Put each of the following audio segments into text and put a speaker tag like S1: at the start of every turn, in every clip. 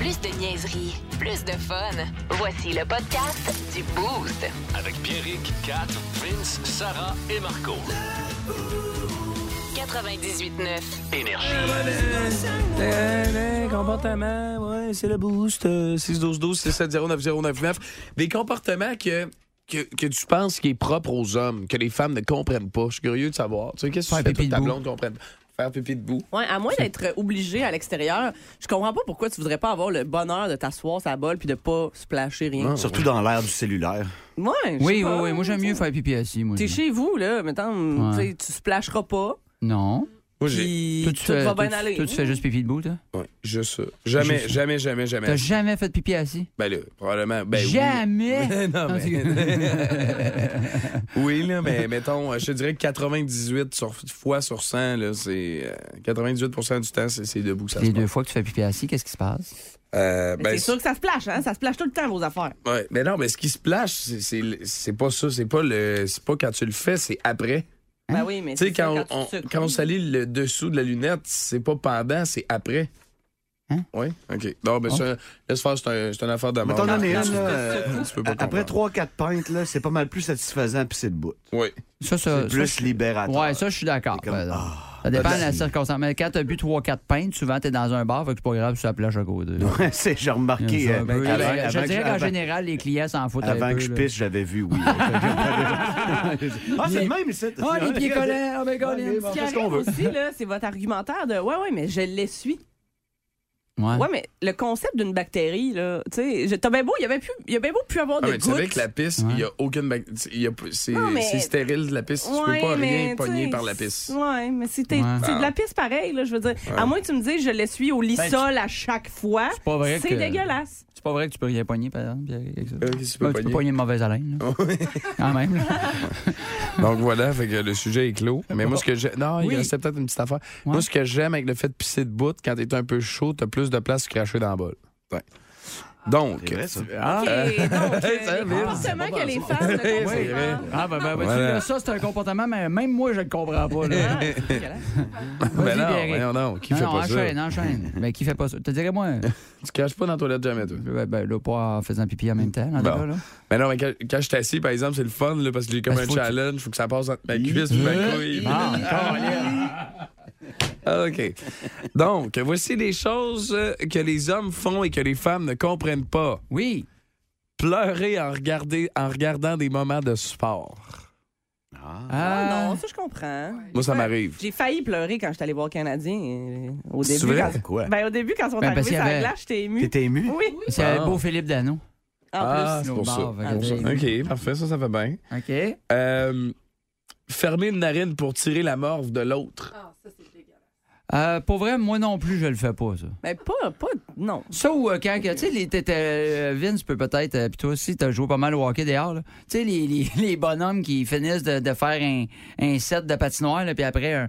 S1: Plus de niaiserie, plus de fun. Voici le podcast du Boost.
S2: Avec Pierrick, Kat, Vince, Sarah et Marco.
S1: 98.9.
S2: Énergie.
S3: Tadam, comportement, ouais, c'est le boost. euh, 612-12-670-9099. Des comportements que, que, que tu penses qui est propre aux hommes, que les femmes ne comprennent pas. Je suis curieux de savoir. Tu sais, qu'est-ce que tu
S4: Faire
S3: fais toi,
S4: pipi
S3: ta
S4: debout.
S3: blonde comprenne pas? Faire pipi debout.
S5: Ouais, à moins d'être obligé à l'extérieur, je comprends pas pourquoi tu voudrais pas avoir le bonheur de t'asseoir sa bol puis de pas splasher rien.
S6: Surtout dans l'ère du cellulaire.
S5: Ouais, je sais
S4: Oui, oui,
S5: pas.
S4: oui. Moi, j'aime mieux faire pipi assis. Moi,
S5: T'es
S4: je-
S5: chez vous là, mettons,
S4: Ouais.
S5: tu sais, tu splasheras pas.
S4: Non.
S3: Moi, j'ai
S5: Puis
S4: Toi, tu
S5: tout
S4: fais-
S5: va
S4: toi,
S5: bien
S4: tu-
S5: aller.
S4: Toi, tu fais juste pipi debout, toi?
S3: ouais, juste ça. Jamais,
S4: Juste ça.
S3: jamais, jamais, jamais.
S4: T'as jamais fait de pipi assis?
S3: Ben là, probablement. Ben, oui.
S4: jamais!
S3: non, mais- Oui, là, mais mettons, euh, je te dirais que 98 sur- fois sur 100, là, c'est. euh, 98 du temps, c'est c'est debout que ça se
S4: Les
S3: passe.
S4: deux fois que tu fais pipi assis, qu'est-ce qui se passe?
S3: Euh,
S5: Mais
S3: ben,
S5: c'est sûr que ça se splash, hein, ça se splash tout le temps vos affaires.
S3: Ouais, mais non, mais ce qui se plage, c'est- c'est le- c'est pas ça, c'est pas le c'est pas quand tu le fais, c'est après.
S4: Hein?
S5: Ben oui, mais
S3: Tu sais
S5: c'est ça,
S3: quand,
S5: tu
S3: on,
S5: te secoues.
S3: quand on salit le dessous de la lunette, c'est pas pendant, c'est après.
S4: Hein?
S3: Oui, OK. Non, mais ça, laisse faire, c'est un, c'est une affaire d'amour.
S6: Mais t'en en es une, là,
S3: Tu-
S6: euh,
S3: tu peux pas
S6: Après
S3: comprendre.
S6: 3-4 pintes, là, c'est pas mal plus satisfaisant, puis c'est de bout.
S3: Oui.
S4: Ça, ça.
S6: C'est
S4: ça,
S6: plus
S4: je-
S6: libérateur.
S4: Ouais, ça, je suis d'accord.
S6: comme,
S4: par exemple. ça dépend de la circonstance. Mais quand t'as bu 3-4 pintes, souvent, t'es dans un bar, fait que c'est pas grave, tu la plage à côté.
S6: Ouais, c'est- j'ai remarqué.
S4: Ça,
S6: euh,
S4: ben,
S6: avant-
S4: je- je
S6: avant
S4: dirais
S6: que-
S4: qu'en
S6: avant-
S4: général, les clients s'en foutent un
S6: Avant
S4: peu,
S6: que je
S4: là.
S6: pisse, j'avais vu, oui. ah, c'est le même, c'est.
S4: Ah, les pieds collés, oh my god,
S6: Ouais,
S4: les-
S6: bon,
S5: Ce qui
S6: qu'est-ce qu'on
S5: arrive
S6: veut?
S5: aussi, là, c'est votre argumentaire de ouais, ouais, mais je l'essuie.
S4: Ouais.
S5: Ouais, mais le concept d'une bactérie, là, tu sais, je- t'as bien beau, il y avait plus, il y a bien beau plus avoir
S3: Ah,
S5: de
S3: mais tu savais
S5: gouttes.
S3: que la piste, il y a aucune. bac- il y a p- C'est
S5: Non, mais-
S3: c'est stérile, la piste. tu peux
S5: Ouais,
S3: pas
S5: mais,
S3: rien pogner
S5: t'sais,
S3: par la piste.
S5: Ouais, mais c'est t'es-
S4: Ouais.
S5: c'est de la piste pareille, là, je veux dire. À moins que tu me dises, je l'essuie au lissol à chaque fois. C'est
S4: pas vrai que-
S5: dégueulasse.
S4: C'est pas vrai que tu peux rien pogner, par exemple, Pierre, avec ça.
S3: Euh, qu'est-ce que tu peux
S4: Ben, Tu peux
S3: pogner?
S4: pogner une mauvaise haleine, là. Quand même, là.
S3: Donc voilà, fait que le sujet est clos. Mais moi, ce que j'ai. Non,
S4: Oui.
S3: il restait peut-être une petite affaire.
S4: Ouais.
S3: Moi, ce que j'aime avec le fait de pisser de bout, quand t'es un peu chaud, t'as plus de place pour cracher dans la bolle. Ouais. Donc.
S6: C'est vrai, ça.
S3: Ah,
S5: OK,
S3: euh,
S5: donc, euh,
S3: ça,
S5: les
S3: Vince,
S5: comportements
S3: c'est pas
S5: que les
S3: bon.
S5: femmes ne
S3: Oui, c'est
S5: comprennent
S3: vrai.
S5: pas.
S4: Ah, ben, ben, ben, tu
S3: Voilà.
S4: vois, ça, c'est un comportement, mais même moi, je le comprends pas, là.
S5: Ouais, c'est dégueulasse.
S3: Mais
S4: Vas-y,
S3: non,
S4: Pierre.
S3: non, non, qui
S4: non,
S3: fait
S4: non,
S3: pas ça?
S4: enchaîne, enchaîne. Mais qui fait pas ça? Te dirais-moi,
S3: Tu craches pas dans la toilette jamais, toi.
S4: ben, ben, là, pas en faisant pipi en même temps, en tout
S3: Bon.
S4: cas, là.
S3: Mais non, mais quand, quand je suis assis, par exemple, c'est le fun, là, parce que j'ai comme
S4: Parce
S3: un
S4: faut que- Ah,
S3: challenge, faut que ça passe entre ma cuisse et ma couille. OK. Donc, voici les choses euh, que les hommes font et que les femmes ne comprennent pas.
S4: Oui.
S3: Pleurer en, regarder, en regardant des moments de sport.
S5: Ah,
S4: Ah,
S5: non, ça, je comprends.
S3: Moi, ça m'arrive.
S5: J'ai failli pleurer quand je suis allée voir Canadien euh, au
S3: C'est
S5: début.
S3: vrai?
S5: quand-
S6: Ah, Quoi?
S5: Ben, au début, quand ils sont
S4: Ben, parce qu'il
S5: arrivés
S4: y
S5: sur
S4: avait-
S5: la glace, j'étais ému.
S6: T'étais ému?
S5: Oui,
S4: c'est
S3: Ah.
S4: un beau Philippe Dano.
S5: en
S3: Ah,
S5: plus.
S3: c'est pour ça.
S4: Regarde,
S5: c'est
S4: j'ai-
S3: OK, parfait, ça, ça fait bien.
S4: OK.
S3: Euh, fermer une narine pour tirer la morve de l'autre.
S4: Euh, pour vrai, moi non plus, je le fais pas, ça.
S5: Mais Ben, pas, pas, non.
S4: Ça ou euh, quand, que, tu sais, les- t'étais, euh, Vince peut peut-être, euh, puis toi aussi, t'as joué pas mal au hockey dehors, là. Tu sais, les, les, les bonhommes qui finissent de, de faire un, un set de patinoire, là, puis après, un-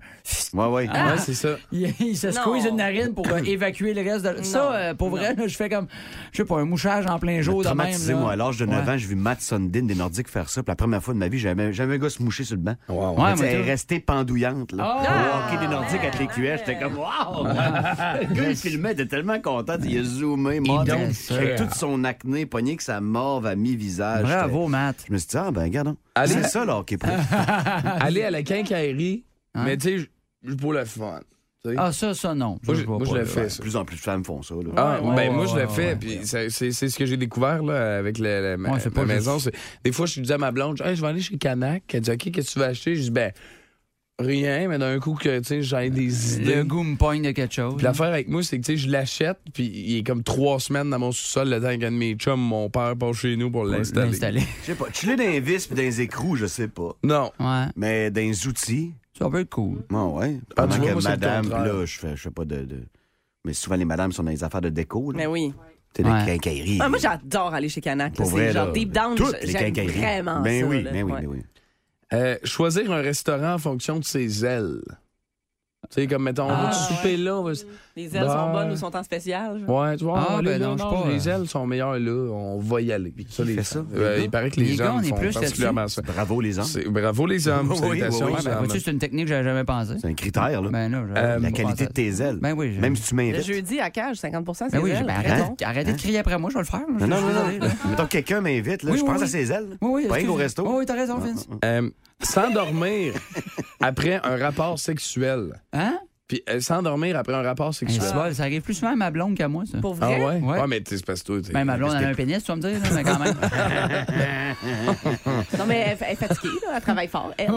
S6: Ouais, ouais.
S4: Ah.
S3: Ouais, c'est ça.
S4: ils ils se squeezent
S5: Non.
S4: une narine pour euh, évacuer le reste de... Ça, euh, pour vrai, là, je fais comme, je sais pas, un mouchage en plein jour de même,
S6: Traumatisé,
S4: là.
S6: moi, à l'âge de 9
S4: Ouais.
S6: ans, j'ai vu Matt Sundin des Nordiques faire ça. Pour la première fois de ma vie, j'avais jamais un gars se moucher sur le banc.
S4: Ouais,
S6: Mais tu sais,
S4: moi,
S6: elle est
S4: tu-
S6: restée pendouillante. Là.
S4: Ah!
S6: Au hockey des Nordiques avec les QS, j'étais comme Wow! le gars, il filmait, il était tellement content. Il a zoomé, mort,
S4: donc,
S6: avec tout son acné, pogné que sa morve à mi-visage. J'étais-
S4: Bravo, Matt.
S6: Je me suis dit, ah ben, regarde. donc.
S3: Allez.
S6: C'est ça, le hockey pro.
S3: Ah, Aller à la quincaillerie,
S4: Hein?
S3: mais tu sais, je- pour le fun. tu sais.
S4: Ah, ça, ça, non.
S3: moi, je,
S4: vois
S3: moi, je
S4: pas,
S3: le
S4: là.
S3: fais,
S6: De
S3: ça.
S6: plus en plus de femmes font ça. Là.
S3: Ah,
S4: Ouais,
S3: ben
S4: ouais,
S3: moi je
S4: ouais,
S3: le fais,
S4: ouais,
S3: puis c'est- c'est c'est ce que j'ai découvert là, avec le, le- ma,
S4: Ouais, c'est
S3: ma
S4: pas
S3: maison.
S4: juste.
S3: C'est- Des fois, je disais à ma blonde, Hey, je vais aller chez Canac. Elle dit, OK, qu'est-ce que tu vas acheter? Je dis, ben, rien, mais d'un coup, que tu sais, j'ai des
S4: Le
S3: idées.
S4: goût me poigne de quelque chose.
S3: Puis l'affaire avec moi, c'est que tu sais, je l'achète, puis il est comme trois semaines dans mon sous-sol, le temps qu'un de mes chums, mon père, passe chez nous pour l'installer.
S4: L'installer.
S6: Je sais pas. Tu l'es dans les vis pis dans les écrous, je sais pas.
S3: Non.
S4: Ouais.
S6: Mais dans les outils,
S4: Ça peut être cool.
S6: bon, ouais.
S3: Ah, tu
S6: Pendant
S3: vois,
S6: que
S3: moi, c'est le
S6: madame,
S3: contraire.
S6: là, je fais, je fais pas de, de- Mais souvent, les madames sont dans les affaires de déco. Là.
S5: Mais oui.
S6: T'es des
S4: Ouais.
S6: quincailleries.
S5: Ah, moi, j'adore aller chez Canac. là.
S6: Pour
S5: C'est
S6: vrai,
S5: genre
S6: là,
S5: deep down,
S6: toutes
S5: j-
S6: les
S5: j'aime
S6: quincailleries.
S5: vraiment
S6: ben
S5: ça.
S6: Oui,
S5: là.
S6: ben oui,
S5: Ouais.
S6: ben oui.
S3: Euh, choisir un restaurant en fonction de ses ailes. Tu sais, comme, mettons, on va
S5: Ah,
S3: souper
S5: ouais.
S3: là, on va... s-
S5: Les ailes
S3: Bah.
S5: sont bonnes ou sont en spécial? genre?
S3: Ouais, tu vois,
S4: Ah,
S3: on va
S4: ben
S3: aller là,
S4: non, je sais pas.
S3: les ailes sont meilleures là, on va y aller. Ça, les
S7: fait ça,
S3: femmes. Euh,
S7: les gars?
S3: il paraît que les,
S4: Les gars,
S3: hommes
S4: on est
S3: font
S4: plus
S3: particulièrement ça.
S7: Bravo, les hommes.
S3: C'est- Bravo les hommes,
S7: Oui, oui,
S3: salutations
S7: oui,
S3: les
S7: ben,
S3: hommes.
S4: Ben, vois-tu, c'est une technique que j'avais jamais pensé.
S7: C'est un critère, là.
S4: Ben, non, j'avais
S7: La
S3: Euh,
S4: pas
S7: qualité
S4: pensé.
S7: de tes ailes.
S4: Ben oui, je-
S7: Même si tu
S5: Le
S7: m'invites.
S5: jeudi à cage, 50 c'est
S4: Ben oui,
S5: ailes,
S4: ben,
S5: arrêtez
S4: arrête-
S3: Hein?
S5: donc.
S4: arrêtez de crier après moi, je vais le faire.
S7: Non,
S4: là.
S7: Hein? non, non,
S4: Je suis
S7: non.
S4: désolé, là.
S7: Mettons que quelqu'un m'invite, là,
S4: Oui,
S7: je
S4: oui,
S7: pense à
S4: oui.
S7: ses ailes.
S4: Oui, oui,
S7: Pas rien
S4: excuse-
S7: qu'au resto.
S4: Oui, oui, t'as raison, Vince.
S3: Euh, s'endormir après un rapport sexuel.
S4: Hein?
S3: Puis euh, s'endormir après un rapport
S4: Hey,
S3: sexuel.
S4: c'est bon, ça arrive plus souvent à ma blonde qu'à moi, ça.
S5: Pour
S3: Ah
S5: vrai?
S3: ouais? Ouais,
S4: Ouais.
S3: mais t'es c'est parce que toi, t'es-
S4: Ben, ma blonde, elle a un pénis, tu vas me dire, là, mais quand même.
S5: Non, mais elle, elle est fatiguée, là, elle travaille fort. Elle.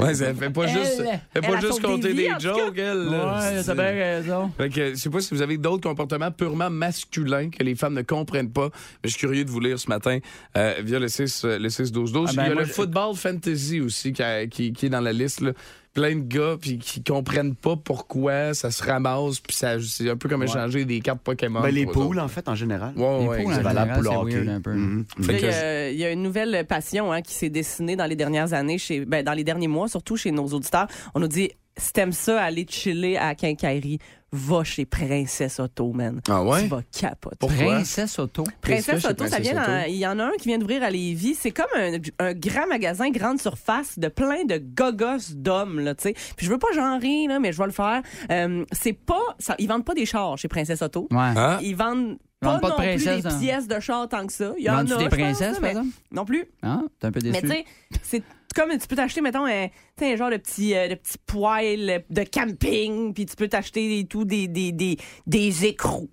S3: Ouais, ça fait pas juste,
S4: Elle-
S3: fait
S5: elle
S3: pas
S5: a
S3: juste
S5: sauvé des
S3: compter
S5: vies,
S3: des,
S5: en tout cas.
S3: jokes, elle. là.
S4: Ouais, t'as bien raison.
S3: Fait que, je sais pas si vous avez d'autres comportements purement masculins que les femmes ne comprennent pas, mais je suis curieux de vous lire ce matin euh, via le 6 euh, le 6 12 12.
S4: Ah ben,
S3: Il y a
S4: moi,
S3: le
S4: je-
S3: football fantasy aussi qui, a- qui- qui est dans la liste là. plein de gars puis qui comprennent pas pourquoi ça se ramasse puis ça c'est un peu comme échanger des cartes Pokémon.
S7: Ben, les
S3: pour eux
S7: poules, en fait, en général.
S3: autres. Ouais,
S4: Les
S3: Oh, ouais,
S4: poules,
S3: exact.
S4: hein.
S7: valable pour le
S4: général, c'est
S7: hockey.
S4: weird un peu.
S7: Mhm.
S3: Fait
S5: Là, Il y,
S3: que-
S5: a- il y a une nouvelle passion hein, qui s'est dessinée dans les dernières années, chez, ben, dans les derniers mois, surtout chez nos auditeurs. On nous dit si t'aimes ça, aller chiller à Quincaillerie, va chez Princesse Auto, man.
S3: Ah
S5: Tu
S3: ouais.
S5: vas capoter.
S3: Pourquoi
S4: Princesse Auto.
S5: Princesse
S3: Qu'est-ce que
S5: Auto,
S3: c'est,
S5: ça vient
S3: Princesse
S5: dans-
S3: Auto?
S5: Il y en a un qui vient d'ouvrir à Lévis. C'est comme un, un grand magasin, grande surface de plein de gogos d'hommes, là, tu sais. Puis je veux pas genrer, là, mais je vais le faire. Euh, c'est pas. Ça, ils vendent pas des chars chez Princesse Auto.
S4: Ouais.
S3: Hein?
S5: Ils vendent
S4: Ils vendent
S5: pas,
S4: pas de
S5: non plus
S4: princesses,
S5: des
S4: hein.
S5: pièces de chars tant que ça. Il y en a,
S4: Vends-tu
S5: je
S4: des
S5: pense,
S4: princesses,
S5: mais
S4: par exemple?
S5: Non plus.
S4: Hein? T'es un peu déçu.
S5: Mais tu sais, c'est comme tu peux t'acheter, mettons, un, tu sais, un genre de petit, euh, de petit poêle de camping, puis tu peux t'acheter des, tout des, des, des, des écrous.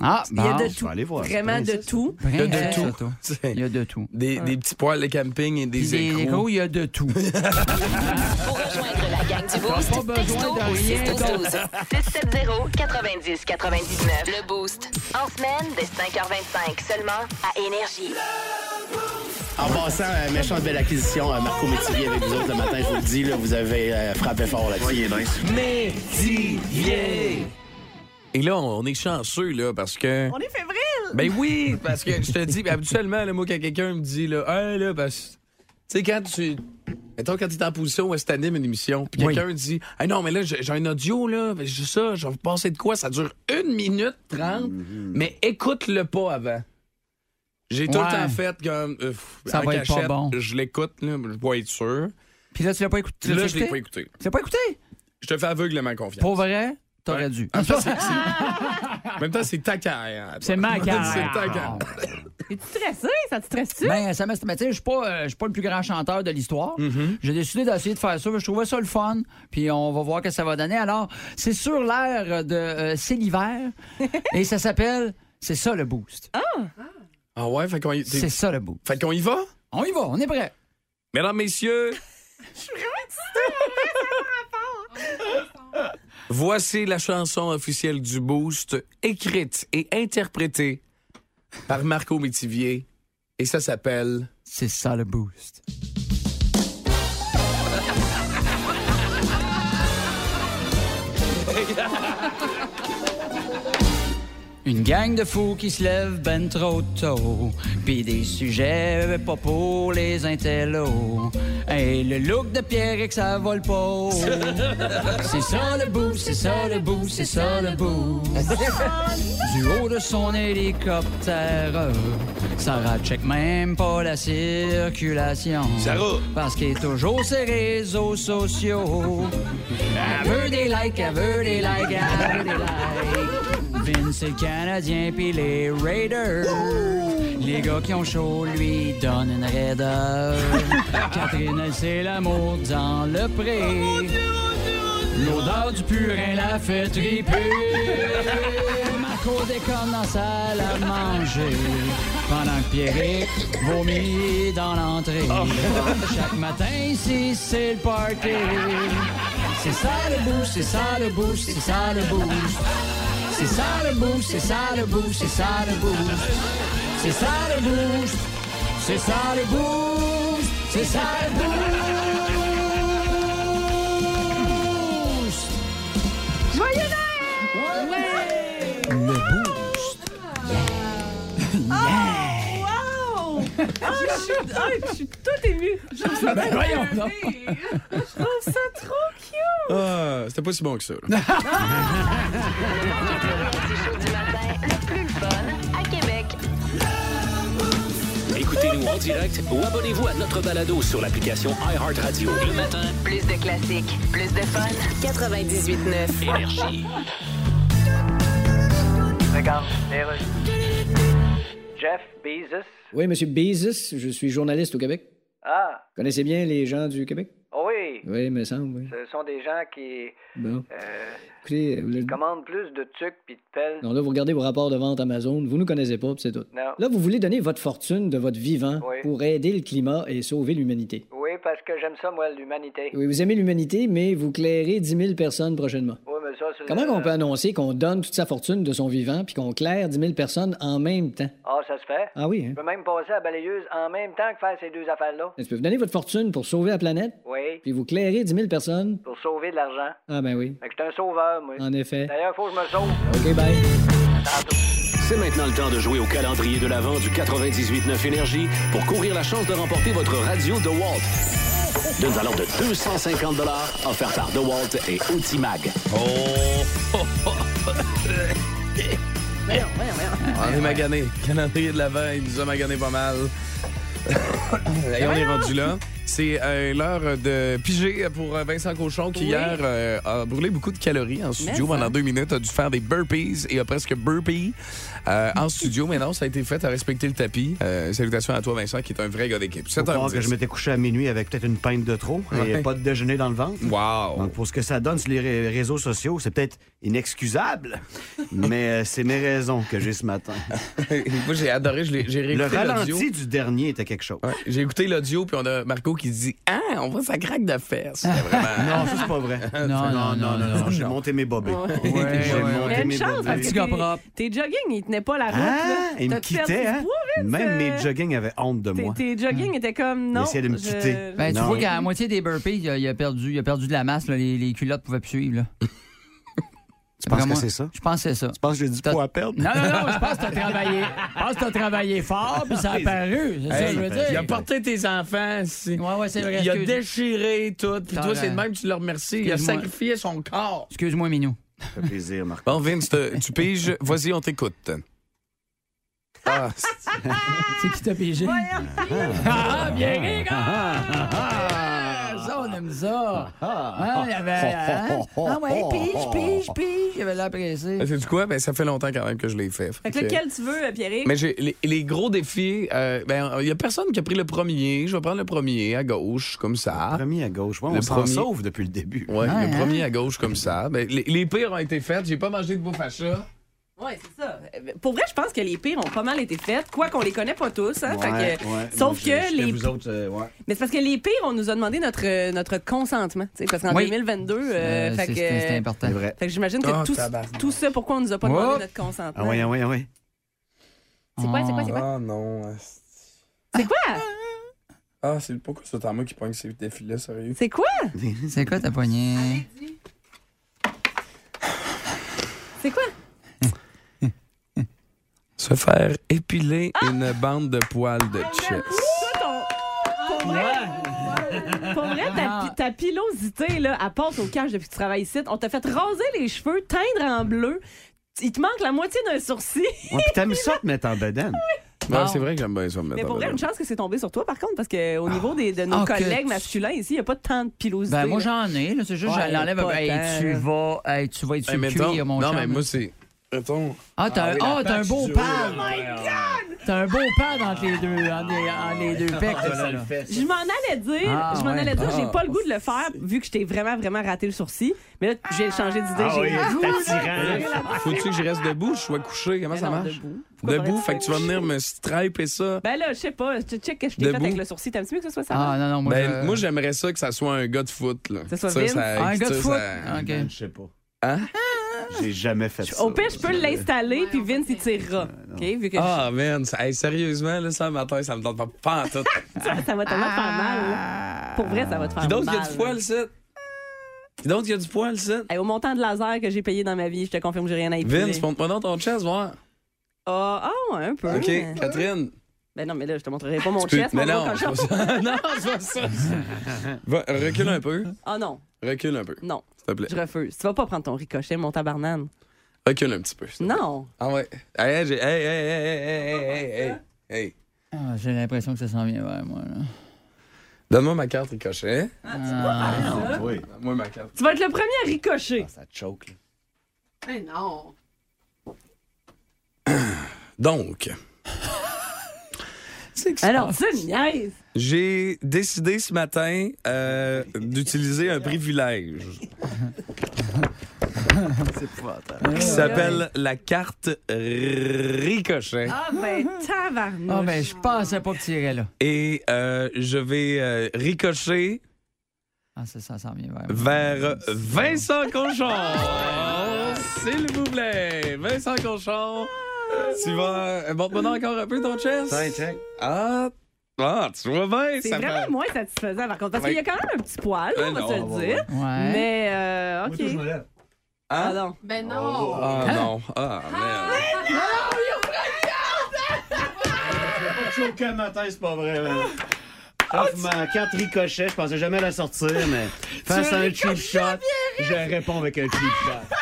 S4: ah,
S5: Il y a
S4: bon.
S5: de
S7: Je
S5: tout.
S7: vais aller voir.
S5: Vraiment de
S7: Princesse.
S5: tout.
S3: Il y a de
S4: Princesse
S3: tout.
S4: Auto.
S3: C'est-
S4: Il y a de tout.
S3: Des, des petits poils de camping et
S4: Puis
S3: des
S4: Des
S3: écrous.
S4: échos, il y a de tout.
S1: Pour rejoindre la gang du
S4: T'as
S1: Boost,
S4: pas
S1: texto
S4: besoin de
S1: au
S4: rien
S1: 612 670 90 99. Le Boost. En semaine, dès 5h25, seulement à Énergie.
S8: En passant, euh, méchante belle acquisition, euh, Marco Métivier avec vous autres le matin, je vous le dis, là, vous avez euh, frappé fort là-dessus.
S3: Et là, on on est chanceux, là, parce que.
S5: On est févrile!
S3: Ben oui, parce que je te dis, ben, habituellement, là, moi, quand quelqu'un me dit, là, hey, là, parce. Tu sais, quand tu. Mettons, quand t'es en position où est-ce que t'animes une émission, puis
S4: Oui.
S3: quelqu'un dit, hey, non, mais là, j'ai j'ai un audio, là, ben, j'ai ça, je vais vous passer de quoi, ça dure une minute trente, mais écoute-le pas avant. J'ai tout le
S4: Ouais.
S3: temps fait comme. euh, pff,
S4: Ça
S3: en
S4: va être pas
S3: cachette,
S4: bon.
S3: Je l'écoute, là, je vais être sûr.
S4: Puis là, tu l'as pas écouté. tu l'as
S3: Là, je l'ai
S4: écouté?
S3: pas écouté.
S4: Tu l'as pas écouté?
S3: Je te fais aveuglement confiance.
S4: Pour vrai, t'aurais
S3: Ouais. Ah,
S4: dû.
S3: En fait, c'est- c'est- en même temps, c'est ta carrière.
S4: C'est ma
S3: C'est ta
S4: carrière.
S3: carrière.
S5: Es-tu stressé? Ça te stresse-tu?
S4: Ben, ça m'a mais tu sais, je suis pas, euh, je suis pas le plus grand chanteur de l'histoire.
S3: Mm-hmm.
S4: J'ai décidé d'essayer de faire ça. Je trouvais ça le fun. Puis on va voir que ça va donner. Alors, c'est sur l'air de euh, C'est l'hiver. et ça s'appelle C'est ça le boost.
S3: Ah ouais, fait qu'on y, t'es-
S4: C'est ça le boost.
S3: fait qu'on y va?
S4: On y va, on est prêt.
S3: Mesdames, messieurs, voici la chanson officielle du Boost, écrite et interprétée par Marco Métivier. Et ça s'appelle.
S4: C'est ça le boost. Une gang de fous qui se lèvent ben trop tôt, puis des sujets pas pour les intellos. Et le look de Pierre et que ça vole pas. C'est ça le boost, c'est ça le boost, c'est ça le boost. Du haut de son hélicoptère, Sarah check même pas la circulation.
S3: Sarah!
S4: Parce qu'il est toujours ses réseaux sociaux. Elle veut des likes, elle veut des likes, elle veut des likes. Vince est Canadien puis les Raiders. Les gars qui ont chaud lui donnent une raideur. Catherine, elle, c'est l'amour dans le pré. L'odeur du purin la fait triper. Marco déconne dans la salle à manger. Pendant que Pierrick vomit dans l'entrée. Chaque matin ici, c'est le party. C'est ça le boost, c'est ça le boost, c'est ça le boost. C'est ça le boost, c'est ça le boost, c'est ça le boost. C'est ça le boost, c'est ça le boost, c'est ça le boost. Joyeux Noël! Le boost.
S5: Wow! Ah, je suis- ah, je suis toute émue. Je trouve ça
S3: Ben voyons
S5: tellement
S3: donc.
S5: émue. Je trouve ça trop cute.
S3: Ah, C'était pas si bon que ça. là.
S1: Du show du matin, le plus le fun à Québec.
S2: Écoutez-nous en direct ou abonnez-vous à notre balado sur l'application iHeartRadio. Le matin,
S1: Plus de classiques, plus de fun. 98.9.
S2: énergie.
S9: Jeff Bezos.
S10: Oui, Monsieur Bezos, je suis journaliste au Québec.
S9: Ah,
S10: Connaissez bien les gens du Québec?
S9: oh oui.
S10: Oui, me semble, oui.
S9: Ce sont des gens qui
S10: Bon.
S9: euh,
S10: Écoutez, vous-
S9: commandent plus de tucs puis de pelles.
S10: non, là, vous regardez vos rapports de vente Amazon, vous nous connaissez pas, puis c'est tout.
S9: Non.
S10: Là, vous voulez donner votre fortune de votre vivant
S9: Oui.
S10: pour aider le climat et sauver l'humanité.
S9: Oui, parce que j'aime ça, moi, l'humanité.
S10: Oui, vous aimez l'humanité, mais vous clairez 10 000 personnes prochainement.
S9: Oui, mais ça, c'est...
S10: Comment on peut annoncer qu'on donne toute sa fortune de son vivant puis qu'on claire 10 000 personnes en même temps?
S9: Ah, ça se fait.
S10: Ah oui, hein?
S9: Je peux même passer à la balayeuse en même temps que faire ces deux affaires-là.
S10: Est-ce que vous donnez votre fortune pour sauver la planète,
S9: Oui,
S10: puis vous clairez 10 000 personnes?
S9: pour sauver de l'argent.
S10: Ah ben oui,
S9: Fait que je suis un sauveur, moi.
S10: en effet.
S9: D'ailleurs, faut que je me sauve.
S10: OK, bye.
S2: C'est maintenant le temps de jouer au calendrier de l'Avent du 98.9 Énergie pour courir la chance de remporter votre radio DeWalt. D'une valeur de 250 offerte par DeWalt et Outimag.
S3: On est magané. Calendrier de l'avant, il nous a magané pas mal. Et on est rendu là. C'est euh, l'heure de piger pour euh, Vincent Cochon qui,
S5: Oui.
S3: hier, euh, a brûlé beaucoup de calories en studio
S5: Mais ça.
S3: pendant deux minutes, a dû faire des burpees et a presque burpee euh, en studio. Mais non, ça a été fait à respecter le tapis. Euh, salutations à toi, Vincent, qui est un vrai gars d'équipe.
S6: Faut croire
S3: 7h10.
S6: que je m'étais couché à minuit avec peut-être une pinte de trop
S3: Ouais.
S6: et pas de déjeuner dans le ventre.
S3: Wow!
S6: Donc, pour ce que ça donne sur les ré- réseaux sociaux, c'est peut-être inexcusable, mais euh, c'est mes raisons que j'ai ce matin.
S3: Moi, j'ai adoré. je l'ai- J'ai
S6: Le
S3: réécouté l'audio.
S6: ralenti du dernier était quelque chose.
S3: Ouais, J'ai écouté l'audio, puis on a Marco qui dit Ah, on voit sa craque de fesses. C'était vraiment.
S6: Non, ça, c'est pas vrai.
S4: Non, non, non, non,
S6: J'ai monté mes bobés.
S5: Ouais.
S4: Ouais, ouais,
S5: Il y
S6: J'ai
S5: a
S6: monté
S5: Ben, une
S6: mes
S5: chance parce
S6: bobés.
S4: Petit gars propre.
S5: que tes, tes jogging, ils tenaient pas la route.
S6: Ah,
S5: là.
S6: il me
S5: T'as perdu
S6: quittait,
S5: du
S6: hein?
S5: poids, Vince.
S6: Même mes joggings avaient honte de
S5: Tes-
S6: moi.
S5: Tes jogging étaient comme non.
S6: essayait de me
S5: je-
S6: quitter.
S4: Ben, tu
S6: Non.
S4: vois qu'à la moitié des burpees, il a, il a perdu, il a perdu de la masse. là, les, les culottes pouvaient plus suivre. Là.
S6: Tu penses
S4: Vraiment.
S6: que c'est ça?
S4: Je pense que c'est ça.
S6: Je pense que j'ai du
S4: T'as-
S6: poids à perdre.
S4: Non, non, non, je pense que t'as travaillé. Je pense que t'as travaillé fort, puis ça a apparu. C'est ça que je veux
S6: il
S4: dire.
S3: Il a porté tes enfants. c'est-
S4: Ouais, ouais, c'est vrai.
S3: Il a
S4: excuse-
S3: déchiré tout. Puis toi,
S4: T'as-
S3: c'est de même, tu le remercies. Il a
S4: Excuse-moi.
S3: sacrifié son corps.
S4: Excuse-moi, Minou.
S6: Ça fait plaisir, Marc.
S3: Bon, Vince, te- tu piges. Vas-y, on t'écoute. Ah, c'est-
S4: C'est qui t'a pigé? Ah, bien ri, gars! Ça, on aime ça. Ah, il y avait. hein? Ah, ouais, pige, pige, pige. Il avait l'air pressé.
S3: c'est du quoi? Ben, ça fait longtemps quand même que je l'ai fait.
S5: Fait que
S3: Fait que-
S5: lequel tu veux, euh, Pierre?
S3: Mais j'ai- les, les gros défis, euh, ben, il y a personne qui a pris le premier. Je vais prendre le premier à gauche, comme ça.
S6: Premier à gauche. Ouais,
S3: Le
S6: on s'en
S3: premier.
S6: sauve depuis le début.
S3: Ouais,
S4: Ouais,
S3: le
S4: hein?
S3: premier à gauche, comme ça. Ben, les, les pires ont été faites. J'ai pas mangé de bouffe à chat.
S5: Ouais, c'est ça. Euh, Pour vrai, je pense que les pires ont pas mal été faites, quoi qu'on les connaît pas tous. Hein, fait que-
S6: Ouais, ouais.
S5: sauf
S6: Moi, je-
S5: que
S6: je-
S5: les.
S6: Vous autres, euh, ouais.
S5: Mais c'est parce que les pires, on nous a demandé notre, euh, notre consentement. tu sais, Parce qu'en
S4: Oui.
S5: 2022, euh,
S4: Euh,
S5: fait
S4: c'est-
S5: que.
S4: c'est c'est important.
S6: C'est vrai.
S5: Fait que j'imagine que
S3: Ah,
S5: tout,
S3: tabarnak.
S5: tout ça, pourquoi on nous a pas demandé
S4: Oh.
S5: notre consentement?
S6: Ah oui, ah oui, ah oui.
S5: C'est quoi, c'est quoi, c'est quoi?
S3: Ah non.
S5: C'est quoi?
S3: Ah, c'est pourquoi c'est en moi qui pogne ces défis-là, sérieux?
S5: C'est quoi?
S4: C'est quoi ta poignée?
S5: C'est quoi?
S3: Se faire épiler
S5: Ah!
S3: une bande de poils de chest.
S5: Toi, ton- Pour vrai, pour vrai,
S4: Ah.
S5: ta, ta pilosité, là, elle passe au cash depuis que tu travailles ici. On t'a fait raser les cheveux, teindre en bleu. Il te manque la moitié d'un sourcil.
S6: Ouais, puis t'aimes ça te mettre en bedaine.
S3: Ouais, c'est vrai que j'aime bien ça me mettre
S5: Mais pour
S3: en
S5: vrai,
S3: vedette.
S5: une chance que c'est tombé sur toi, par contre, parce qu'au niveau des, de nos
S4: Ah, que
S5: collègues
S4: tu-
S5: masculins ici, il n'y a pas tant de pilosité.
S4: Ben, moi,
S5: là.
S4: j'en ai. là, C'est juste,
S5: Ouais,
S4: je l'enlève.
S5: pas
S4: Hey,
S5: tant,
S4: tu
S5: là.
S4: vas, hey, tu vas être sur
S3: Hey,
S4: le
S3: Ben, mettons-
S4: cuir, mon
S3: Non,
S4: chum.
S3: mais moi, c'est. Mettons.
S4: Ah, t'as un,
S3: oui, la
S4: ah, t'as un
S3: patch
S4: beau
S3: du-
S4: pad! T'as un beau pad entre les deux, entre les, entre les deux pecs. toi, là, là.
S5: Je m'en allais dire,
S4: Ah,
S5: je m'en
S4: ouais.
S5: allais dire, j'ai
S3: Ah.
S5: pas le goût de le faire vu que je t'ai vraiment, vraiment raté le sourcil. Mais là, j'ai changé d'idée.
S3: Ah
S5: j'ai
S3: Faut-tu que je reste debout ou je sois couché? Comment
S5: Mais
S3: ça
S5: non,
S3: marche?
S5: debout. Pourquoi
S3: Debout,
S5: faudrait
S3: fait que tu vas
S5: coucher?
S3: venir me striper ça.
S5: Ben là, je sais pas, tu check que je t'ai fait
S3: Debout.
S5: avec le sourcil. T'aimes-tu mieux que ce soit ça?
S4: Ah, non, non, moi,
S3: Ben,
S4: je-
S3: moi, j'aimerais ça que ça soit un gars de foot, là.
S5: Ça soit
S3: Ça,
S5: Vince?
S3: ça-
S4: Ah, un gars de
S3: ça,
S4: foot.
S3: ça-
S4: OK.
S6: Ben, Je sais pas.
S3: Hein?
S6: J'ai jamais fait ça.
S5: Au pire, je peux l'installer, puis Vince, il tirera. OK? Vu que je-
S3: Ah, man. ça- hey, sérieusement, là, ça, matin, ça me donne pas- pas en tout.
S5: ça, ça va tellement te faire mal. là. Pour vrai, ça va te faire
S3: Puis
S5: mal.
S3: d'autres, il y a du poil, ça. Puis d'autres, il y a du poil, ça.
S5: Hey, au montant de laser que j'ai payé dans ma vie, je te confirme que j'ai rien à épiler.
S3: Vince, montre-moi dans ton chest, voir.
S5: Ah, ah, ouais, un peu.
S3: OK, Catherine.
S5: Ben non, mais là, je te montrerai pas mon
S3: Tu peux-
S5: chest.
S3: mais
S5: mon
S3: non,
S5: gros, quand
S3: c'est
S5: je-
S3: pas ça. non, c'est pas ça. Va- recule un peu.
S5: Ah non,
S3: Recule un peu.
S5: non.
S3: S'il te plaît.
S5: Je refuse. Tu vas pas prendre ton ricochet, mon tabarnane.
S3: Recule un petit peu.
S5: Non.
S3: Ah ouais. Hey, j'ai- hey, hey, hey, hey, hey, hey, hey, hey, hey.
S4: Ah, J'ai l'impression que ça s'en vient vers moi. Là.
S3: Donne-moi ma carte ricochet.
S4: Ah,
S3: Oui. Donne-moi ma carte.
S5: Tu vas être le premier à ricocher.
S3: Ça te choque, là.
S11: Mais non.
S3: Donc,
S5: Alors, tu me niaises.
S3: j'ai décidé ce matin euh, d'utiliser un privilège qui s'appelle la carte ricochet.
S5: Ah ben, tabarnouche.
S4: Ah, ben, je pensais pas que tu irais là.
S3: Et euh, je vais euh, ricocher
S4: Ah, c'est ça, ça s'en vient vers moi.
S3: vers Vincent Cochon. S'il vous plaît, Vincent Cochon.
S4: Ah.
S3: Tu vas. Montre-moi donc encore un peu ton chest. Ah, ah, tu vois bien,
S5: C'est
S3: ça
S5: vraiment
S3: fait-
S5: moins satisfaisant, par contre, parce qu'il y a
S3: Ouais.
S5: quand même un petit poil,
S3: Ouais,
S5: on va
S3: non,
S5: se
S3: on
S5: le
S3: va
S5: dire.
S3: voir.
S4: Ouais.
S5: Mais, euh, OK.
S3: Hein?
S5: Ah non.
S11: Ben non.
S3: Ah non. Ah merde.
S7: Aucun matin, c'est pas vrai.
S8: Offre ma carte ricochet, je pensais jamais la sortir, mais face à un cheap shot, je réponds avec un cheap shot.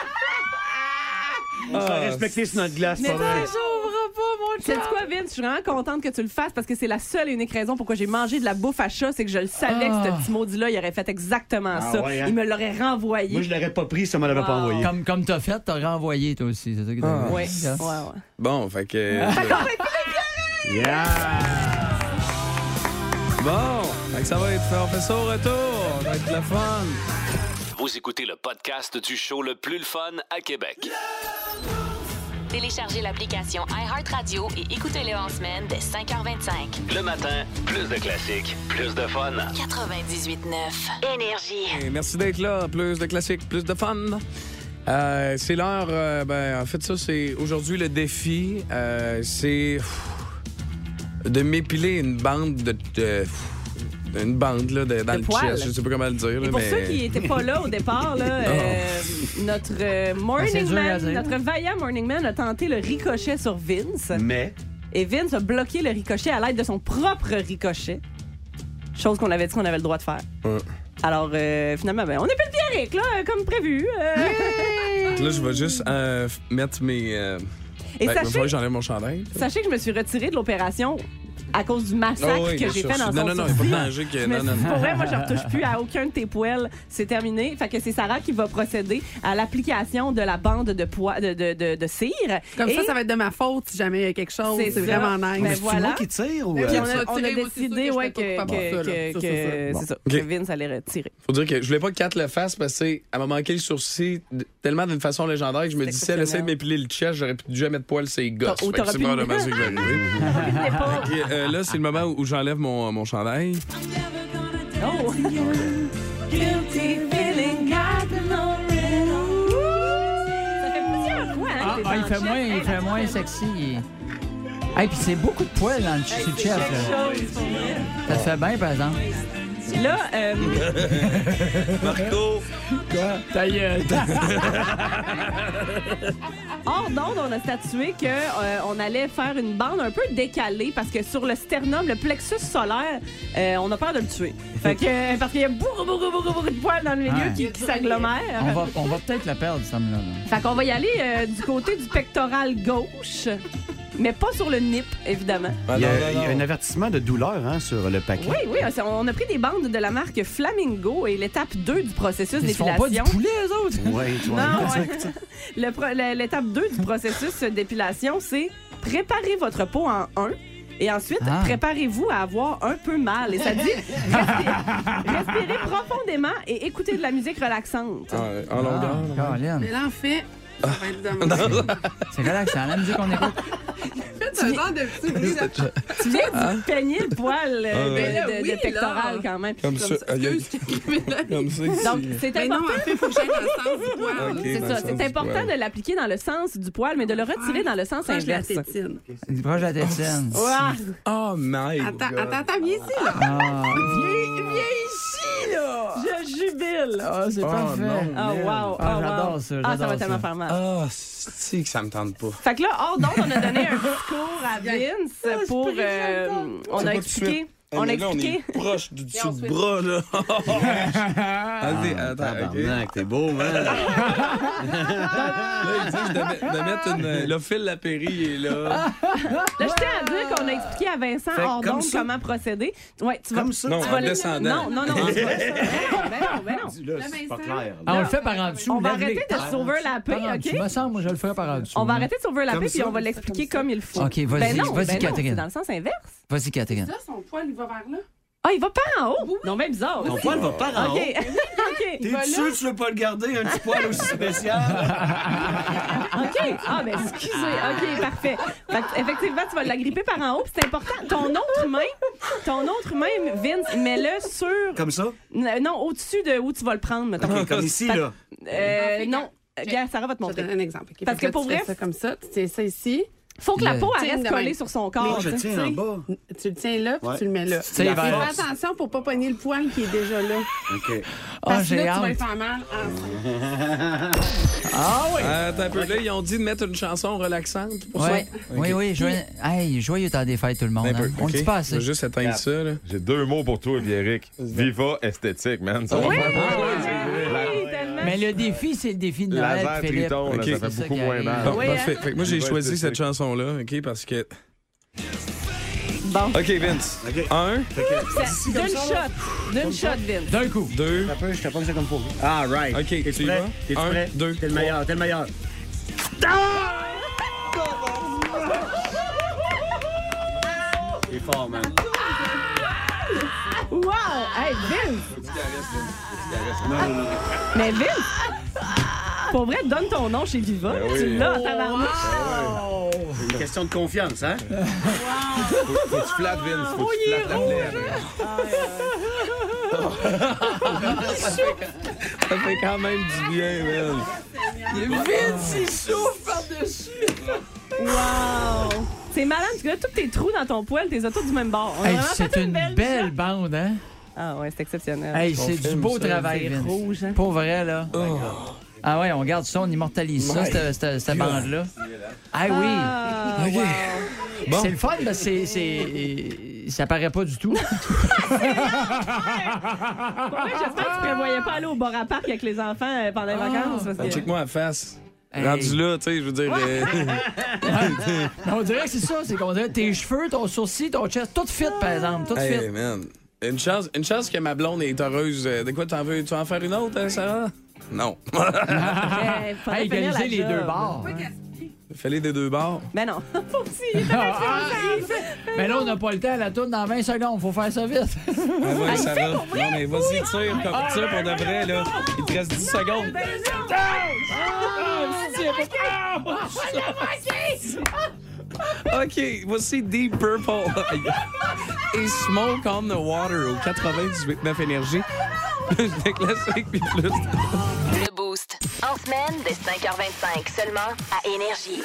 S8: On se fait respecter sur notre glace,
S5: Mais
S8: pas vrai.
S5: t'ouvres pas, mon C'est quoi, Vince? Je suis vraiment contente que tu le fasses parce que c'est la seule et unique raison pourquoi j'ai mangé de la bouffe à chat. C'est que je le savais que ce petit maudit-là, il aurait fait exactement
S8: Ah
S5: ça.
S8: ouais, hein?
S5: Il me l'aurait renvoyé.
S8: Moi, je l'aurais pas pris si on me l'avait pas
S5: Wow.
S8: envoyé.
S4: Comme, comme t'as fait, t'as renvoyé toi aussi. C'est ça que t'as
S3: Ah.
S5: Ouais,
S4: dit, hein?
S5: ouais,
S4: là.
S5: ouais.
S3: Bon, fait que.
S8: Yeah!
S3: Bon, fait que ça va être fait. On fait ça au retour. Ça va être le fun.
S2: Vous écoutez le podcast du show le plus le fun à Québec.
S1: Téléchargez l'application iHeartRadio et écoutez-le en semaine dès 5h25.
S2: Le matin, plus de classiques, plus de fun.
S1: 98.9. Énergie.
S3: Et merci d'être là. Plus de classiques, plus de fun. Euh, c'est l'heure. euh, ben, en fait, ça, c'est aujourd'hui le défi. euh, c'est pff, de m'épiler une bande de. de- pff, une bande là, de- dans
S5: De
S3: le
S5: poils.
S3: chest. Je sais pas comment le dire. là,
S5: Et pour
S3: mais...
S5: ceux qui n'étaient pas là au départ, là, euh, notre euh,
S4: C'est
S5: Morning
S4: dur à
S5: Man,
S4: dire.
S5: notre vaillant Morning Man a tenté le ricochet sur Vince.
S7: Mais,
S5: Et Vince a bloqué le ricochet à l'aide de son propre ricochet. Chose qu'on avait dit qu'on avait le droit de faire.
S3: Ouais.
S5: Alors, euh, finalement, ben, on est plus le Pierrick, là, euh, comme prévu. euh.
S3: Là, je vais juste euh, f- mettre mes. euh,
S5: Et
S3: ben, il va falloir
S5: sachez,
S3: que j'enlève mon chandail.
S5: sachez que je me suis retirée de l'opération à cause du massacre
S3: Ah oui,
S5: que
S3: bien
S5: j'ai
S3: sûr.
S5: fait dans
S3: Non,
S5: son
S3: non, non, il
S5: sourcil.
S3: n'y a pas de danger que.
S5: Je me
S3: Non,
S5: suis
S3: non,
S5: dit,
S3: non.
S5: pour vrai, moi, je retouche plus à aucun de tes poils. C'est terminé. Fait que c'est Sarah qui va procéder à l'application de la bande de, poils de, de, de, de cire.
S11: Comme
S5: Et
S11: ça, ça va être de ma faute si jamais il y a quelque chose.
S5: C'est
S11: C'est
S5: ça.
S11: vraiment nice.
S5: Ben,
S11: Mais
S5: voilà.
S6: qui tire ou.
S11: Puis
S6: euh,
S5: on a, on a
S11: Tirer, moi, c'est sûr que
S5: décidé
S11: je
S5: ouais,
S11: serais
S5: que,
S11: pas
S5: que,
S11: coupable
S5: que,
S11: de ça, là. Ça,
S5: que-
S11: ça, ça.
S5: c'est ça,
S3: Ok.
S5: que Vince allait retirer.
S3: Faut dire que je voulais pas que Kat le fasse parce que c'est- elle m'a manqué le sourcil de- tellement d'une façon légendaire que je me
S5: C'est
S3: dis si elle essaie de m'épiler le chest, j'aurais pu jamais de poil ses gosses.
S5: Oh,
S3: Fait que
S5: t'aurais
S3: c'est
S5: pu-
S3: probablement ça qui va arriver. Et, euh, là, c'est le moment où j'enlève mon, euh, mon chandail.
S5: Oh! Guilty feeling, got no rhythm. Ça fait plusieurs fois, hein,
S4: Ah,
S5: que t'es
S4: ah, il
S5: dans
S4: fait
S5: le
S4: moins,
S5: chef.
S4: il
S5: Hey,
S4: fait moins sexy. Hey, puis c'est beaucoup de poils dans le dessus de chef, là.
S5: la chose, pour vrai.
S4: Ça te fait bien, par exemple.
S5: Là, euh,
S3: Marco!
S4: Quoi? Ta gueule.
S5: hors d'onde, on a statué que euh, on allait faire une bande un peu décalée parce que sur le sternum, le plexus solaire, euh, on a peur de le tuer. Fait que, euh, parce qu'il y a beaucoup, beaucoup, beaucoup, beaucoup de poils dans le milieu
S4: Ouais.
S5: qui, qui s'agglomèrent.
S4: On va, on va peut-être la perdre, cette là
S5: Fait qu'on va y aller euh, du côté du pectoral gauche, mais pas sur le nip, évidemment.
S6: Il y, a, il y a un avertissement de douleur hein, sur le paquet.
S5: Oui, oui, c'est- on a pris des bandes de la marque Flamingo et l'étape 2 du processus
S4: Ils se font pas du
S5: d'épilation.
S4: poulet, eux autres.
S6: Ouais, tu vois.
S5: Non, ouais. Le pro- le- L'étape 2 du processus d'épilation, c'est préparer votre peau en 1. Et ensuite,
S4: Ah.
S5: préparez-vous à avoir un peu mal. Et ça dit respirez, respirez profondément et écoutez de la musique relaxante.
S3: En, en longueur.
S4: Ah, Colin.
S11: Mais là, en fait, ça va être de même.
S4: C'est relaxant, la musique qu'on écoute.
S11: C'est un genre de petit bruit de-
S5: Tu viens
S4: Ah.
S5: de peigner le poil euh,
S3: Ah,
S5: de,
S3: ouais.
S5: de-
S11: Mais là,
S5: de
S11: oui,
S5: pectoral
S11: là.
S5: quand même.
S3: Comme ça. Aïe, aïe.
S11: Mais là,
S3: Comme ça.
S5: Donc,
S3: ici.
S5: c'est
S11: Mais non,
S5: important.
S11: en fait, il faut que j'aille dans le sens du poil.
S3: Ok,
S5: C'est
S3: dans
S5: ça.
S3: le sens
S5: C'est
S3: du
S5: important
S3: poil.
S5: de l'appliquer dans le sens du poil, mais de le retirer
S4: Ah,
S5: dans le sens
S11: Proche de la
S5: inverse.
S11: tétine.
S4: C'est proche de la tétine.
S5: Ouah!
S3: Oh my
S11: Attends,
S3: God.
S5: Ah.
S11: attends, attends, viens ici, là.
S4: Ah.
S5: Je jure Débile.
S4: Ah, c'est
S3: Oh,
S4: parfait.
S3: non,
S5: Ah,
S3: merde.
S5: wow.
S4: Ah,
S5: ah, wow.
S4: j'adore ça,
S5: Ah, ça
S4: j'adore
S5: va
S4: ça.
S5: tellement faire mal.
S3: Ah, si que ça me tente pas.
S5: Fait que là, hors d'onde, on a donné un discours à
S4: Ah,
S5: Vince pour. euh, on
S3: C'est pas tout
S5: a
S3: de
S5: expliqué.
S3: suite.
S5: On a
S3: Là, on
S5: expliqué.
S3: est proche du
S5: Et on
S3: dessous
S5: se
S3: du
S5: fait-
S3: bras, là. Vas-y, attends, OK.
S7: Tabarnak, t'es beau, man.
S3: Là, il dit de, me- de mettre une... Le fil Lapéry il est là.
S5: Là, je tiens
S4: Ah.
S5: à dire qu'on a expliqué à Vincent
S3: Fait
S5: hors
S3: comme
S5: d'onde
S3: ça.
S5: comment procéder. Ouais, tu vas,
S3: Comme ça,
S5: tu
S3: Non,
S5: vas
S3: en
S5: le-
S3: descendant.
S5: Non, non, non, on se voit ça. Ben non, ben non.
S6: Là, c'est pas clair.
S4: Ah, on le fait par en dessous.
S5: On va
S4: lève-les.
S5: arrêter de
S4: Par en
S5: s'overlapper,
S4: dessous. Par en
S5: OK?
S4: dessous. me semble, moi, je le ferai par en dessous.
S5: On va arrêter de s'overlapper
S4: Comme
S5: puis
S4: ça.
S5: on va l'expliquer comme il faut.
S4: OK, vas-y,
S5: Ben non,
S4: vas-y,
S5: ben non,
S4: Catherine.
S5: C'est dans le sens inverse.
S4: Vas-y, Catherine.
S11: Ça, son poil, il va vers là.
S5: Ah, il va par en haut? Non, mais bizarre.
S7: Ton poil va par en
S5: OK.
S7: haut.
S5: OK.
S7: T'es sûr que tu veux pas le garder, un petit poil aussi spécial?
S5: OK. Ah, ben, excusez. OK, parfait. Fait que, effectivement, tu vas l'agripper par en haut, puis c'est important. Ton autre main, ton autre main, Vince, mets-le sur.
S7: Comme ça?
S5: Euh, Non, au-dessus de où tu vas le prendre, mettons.
S6: Ah,
S7: OK, comme ici, là.
S5: Euh, non.
S11: J'ai-
S5: Pierre, Sarah va te
S11: Je te
S5: montrer.
S11: donne un exemple. ok?
S5: Parce
S11: Fait
S5: que pour
S11: tu
S5: vrai-
S11: fais ça comme ça, tu tiens ça ici.
S5: Faut que la
S4: Le-
S5: peau elle
S11: Tiens,
S5: reste
S11: de
S5: collée
S11: même.
S5: sur son corps.
S7: Moi, je
S5: tu sais.
S7: tiens en bas.
S11: Tu le tiens là, puis
S7: Ouais.
S11: tu le mets là.
S4: Tu tiens
S11: Mais Fais
S4: vers-
S11: attention pour pas pogner le poil qui est déjà là.
S7: OK.
S4: Ah,
S11: Parce que
S4: j'ai
S11: là, tu vas lui
S4: hâte.
S11: faire mal. Ah,
S3: Euh, Attends un peu. Là, ils ont dit de mettre une chanson relaxante pour
S4: Ouais.
S3: ça.
S4: Oui,
S3: OK.
S4: oui, joyeux, hey, joyeux temps des fêtes, tout le monde.
S3: Un
S12: Ben,
S3: peu,
S4: hein. On
S3: OK.
S4: ne dit pas assez.
S3: Je vais juste éteindre ça, là.
S12: J'ai deux mots pour toi, Pierrick. Viva esthétique, man. Ça va
S5: Oui,
S12: faire mal.
S5: oui, tellement.
S4: Mais le défi, c'est le défi de Noël,
S12: Laser
S4: Philippe.
S12: Triton, là,
S3: Ok.
S12: ça
S4: C'est ça
S12: fait beaucoup
S4: qui
S12: moins
S4: arrive.
S12: mal.
S3: Bon,
S5: Oui,
S3: parfait.
S5: hein?
S3: Fait que moi, j'ai
S12: Viva
S3: choisi cette
S12: esthétique.
S3: chanson-là, OK, parce que...
S5: Bon.
S3: OK, Vince. Un,
S5: Ça- D'une shot. D'une shot, Vince.
S4: D'un coup.
S3: deux...
S8: T'as peur, je t'ai pas que c'est comme pour. Ah, right.
S3: OK, tu y
S8: prêt?
S3: vas?
S8: T'es
S3: Un,
S8: prêt?
S3: deux,
S8: T'es le
S3: trois.
S8: meilleur, t'es le meilleur. Ah! T'es fort, man.
S5: Wow! Hey, Vince! Mais Vince! Pour vrai, donne ton nom chez Viva.
S12: Ben oui.
S5: Tu l'as, tabarnak.
S8: C'est une question de confiance, hein?
S12: Faut que tu flattes, Vince. Faut que tu flattes la plaie.
S3: Ça fait quand même du bien, man.
S5: Wow! C'est malade, parce que là, tous tes trous dans ton poil, t'es tous du même bord. On a
S4: Hey,
S5: vraiment
S4: c'est
S5: fait
S4: une belle
S5: shot.
S4: bande, hein?
S5: Ah ouais, c'est exceptionnel.
S4: Hey, c'est du
S3: filme
S4: beau
S3: ça.
S4: travail,
S5: c'est
S4: Vince.
S5: rouge, hein?
S4: Pour vrai, là.
S3: Oh.
S4: Ah ouais, on garde ça, on immortalise ça,
S3: My
S4: cette, cette- cette bande-là. Ah oui.
S5: Ah,
S3: OK. Bon.
S4: C'est le fun, parce que c'est- c'est- ça paraît pas du tout.
S5: pour vrai, j'espère que tu prévoyais pas aller au bar à parc avec les enfants euh, pendant les
S12: Ah.
S5: vacances. Parce que...
S3: Check-moi la face.
S4: Hey.
S3: Rendu là, tu sais, je veux dire... euh,
S4: on dirait que c'est ça, c'est qu'on dirait tes cheveux, ton sourcil, ton chest, tout fit, par exemple, tout
S3: Hey,
S4: fit.
S3: man. Une chance, une chance que ma blonde est heureuse. Euh, De quoi t'en veux? Tu vas en faire une autre, hein, Sarah? Non.
S5: Eh, faudrait
S4: Hey,
S5: finir la
S4: égaliser les
S5: job.
S4: deux bords. hein.
S3: Fallait des deux bords.
S5: Mais non, faut aussi. il est
S4: Ah, ah, Mais là, on n'a pas le temps, la tourne dans 20 secondes, faut faire ça vite.
S3: Ah ouais, ça va. Non,
S5: vrai?
S3: mais vas-y, tire comme tire pour de vrai, là. Il te reste 10 secondes. OK, voici Deep Purple et Smoke on the Water au 98.9 Énergie. Le classique, puis plus.
S1: Le Boost. En semaine dès 5h25 seulement à Énergie.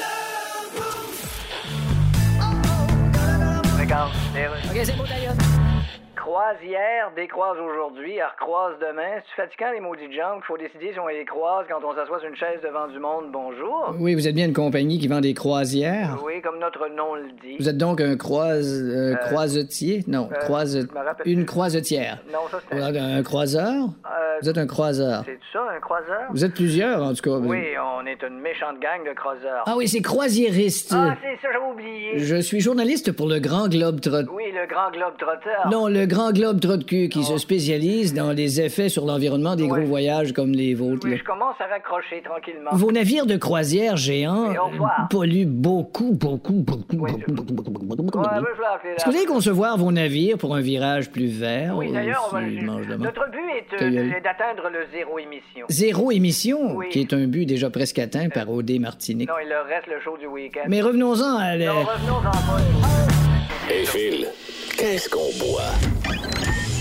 S9: Regarde, Croise hier, décroise aujourd'hui, elle recroise demain. C'est fatigant les maudites jambes qu'il faut décider si on les croise quand on s'assoit sur une chaise devant du monde. Bonjour.
S10: Oui, vous êtes bien une compagnie qui vend des croisières.
S9: Oui, comme notre nom le dit.
S10: Vous êtes donc un croise, euh, croisetier? Non,
S9: euh,
S10: croise,
S9: je me rappelle
S10: une
S9: plus.
S10: croisetière.
S9: Non, ça
S10: Vous
S9: c'était.
S10: êtes un croiseur?
S9: Euh,
S10: Vous êtes un croiseur.
S9: C'est ça, un croiseur?
S10: Vous êtes plusieurs, en tout cas.
S9: Oui, on est une méchante gang de croiseurs.
S10: Ah oui, c'est croisiériste.
S9: Ah, c'est ça, j'avais oublié.
S10: Je suis journaliste pour le Grand Globe Trot.
S9: Oui, le grand globe trotteur.
S10: Non, le Grand Globe Trot de cul qui
S9: Ah.
S10: se spécialise dans les effets sur l'environnement des gros voyages comme les vôtres. là.
S9: Oui, je commence à raccrocher tranquillement.
S10: Vos navires de croisière géants
S9: Oui, Ah. au revoir.
S10: polluent beaucoup, beaucoup, beaucoup,
S9: Oui,
S10: beaucoup, beaucoup, beaucoup, beaucoup, beaucoup, beaucoup.
S9: Ouais, moi, je vais appeler
S10: Est-ce
S9: la-
S10: que vous allez concevoir vos navires pour un virage plus vert?
S9: Oui,
S10: ou
S9: d'ailleurs, on va...
S10: s'ils mangent de la mort?
S9: notre but est
S10: Ta
S9: euh,
S10: gueule.
S9: de- d'atteindre le zéro émission.
S10: Zéro émission,
S9: Oui.
S10: qui est un but déjà presque atteint par O.D. Martinique.
S9: Non, il leur reste le show du week-end.
S10: Mais revenons-en à... la-
S9: Non, revenons en mode.
S2: Hey, Phil, qu'est-ce qu'on boit?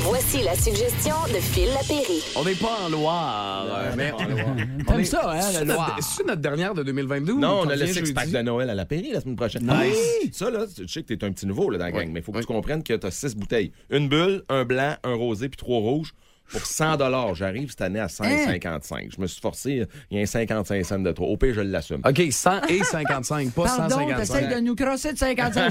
S1: Voici la suggestion de Phil Lapéry.
S3: On n'est pas en Loire. euh, mais on
S4: T'aimes ça, hein, la
S3: C'est
S4: Loire?
S3: notre- C'est notre dernière de 2022.
S12: Non,
S3: ou
S12: on a
S3: quand
S12: le
S3: vient
S12: six-pack
S3: jeudi?
S12: de Noël à la Péry la semaine prochaine. Oui. Ça, là, je sais que t'es un petit nouveau là, dans la gang, mais il faut que tu comprennes que t'as six bouteilles. Une bulle, un blanc, un rosé, puis trois rouges.
S4: pour 100 J'arrive cette année à 155. Je me suis forcé, il y a un 55 cents de trop. Au pire, je l'assume.
S3: OK, 100 et 55, pas
S6: Pardon,
S4: 155.
S6: t'essayes de nous crosser de 55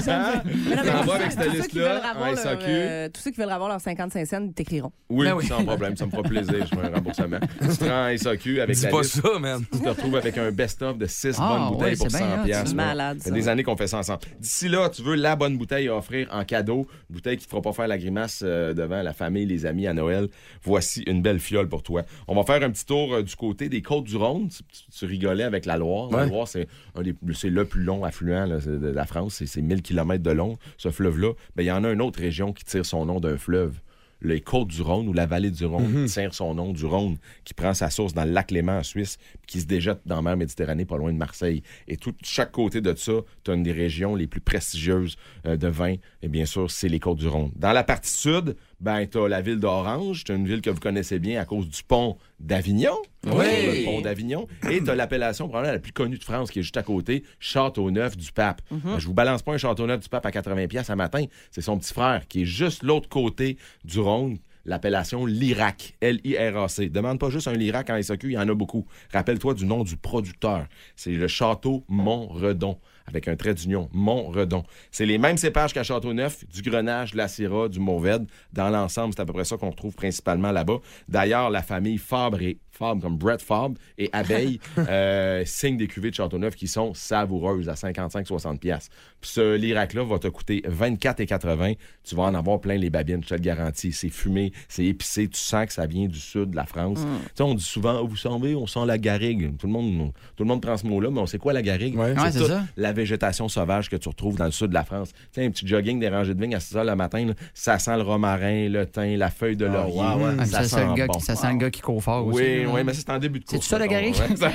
S6: cents.
S4: Ah,
S6: Mais non, mais
S4: on va avec cette
S6: tous ceux qui veulent
S4: liste-là
S6: avoir
S4: en
S6: leur,
S4: SAQ.
S5: Euh, tous ceux qui veulent avoir leurs 55 cents, ils t'écriront.
S4: Oui,
S5: Ben oui.
S4: sans problème, ça me fera plaisir, je fais un remboursement. Tu te rends à SAQ avec
S3: Dis
S4: la
S3: pas
S4: liste.
S3: ça, man.
S4: Tu te retrouves avec un best-of de 6
S3: Ah,
S4: bonnes bouteilles
S3: ouais,
S4: pour
S3: c'est
S4: 100
S3: bien hot,
S4: piastres.
S5: c'est
S4: ouais.
S5: malade,
S4: Ça fait
S5: ça.
S4: des années qu'on fait ça ensemble. D'ici là, tu veux la bonne bouteille à offrir en cadeau, une bouteille qui te fera pas faire la grimace euh, devant la famille, les amis à Noël. Voici une belle fiole pour toi. On va faire un petit tour euh, du côté des Côtes-du-Rhône. Tu, tu- tu rigolais avec la Loire. La
S13: Ouais.
S4: Loire, c'est un des- c'est le plus long affluent là, de la France. C'est- C'est 1000 km de long, ce fleuve-là. Ben, Il y en a une autre région qui tire son nom d'un fleuve les côtes du Rhône ou la vallée du Rhône tire son nom du Rhône, qui prend sa source dans le lac Léman en Suisse, puis qui se déjette dans la mer Méditerranée, pas loin de Marseille. Et tout chaque côté de ça, tu as une des régions les plus prestigieuses euh, de vin, et bien sûr, c'est les côtes du Rhône. Dans la partie sud, ben, tu as la ville d'Orange, tu une ville que vous connaissez bien à cause du pont d'Avignon. Le pont d'Avignon. Et tu as l'appellation probablement la plus connue de France qui est juste à côté, Châteauneuf du Pape. Ben, je vous balance pas un Châteauneuf du Pape à 80 pièces à matin, c'est son petit frère qui est juste l'autre côté du Rhône. L'appellation Lirac, L-I-R-A-C. Demande pas juste un Lirac en SAQ, il y en a beaucoup. Rappelle-toi du nom du producteur. C'est le Château Montredon, avec un trait d'union, Montredon. C'est les mêmes cépages qu'à Châteauneuf, du Grenache, de la Syrah, du Mourvèdre. Dans l'ensemble, c'est à peu près ça qu'on retrouve principalement là-bas. D'ailleurs, la famille Fabre et Fabre, comme Brett Fabre et Abeille, euh, signent des cuvées de Châteauneuf qui sont savoureuses à 55-60$. piastres. Puis ce Lirac-là va te coûter 24,80$. Tu vas en avoir plein les babines, je te le garantis. C'est fumé, c'est épicé, tu sens que ça vient du sud de la France.
S13: Mm.
S4: Tu sais, on dit souvent, vous savez, on sent la garrigue. Tout le monde, tout le monde prend ce mot-là, mais on sait quoi la garrigue?
S13: Ouais, c'est
S4: toute
S13: ça.
S4: la végétation sauvage que tu retrouves dans le sud de la France. Tu sais, un petit jogging des rangées de vignes à 6 h le matin, là, ça sent le romarin, le thym, la feuille de laurier.
S6: Ah,
S4: Ça,
S6: Ça
S4: sent
S6: sent le gars
S4: bon.
S6: qui- ça sent le gars qui court fort aussi.
S4: Oui,
S6: là.
S4: oui, mais ça, c'est en début de
S6: C'est-tu
S4: course.
S6: ça, la
S4: mettons,
S6: garrigue?
S4: ouais.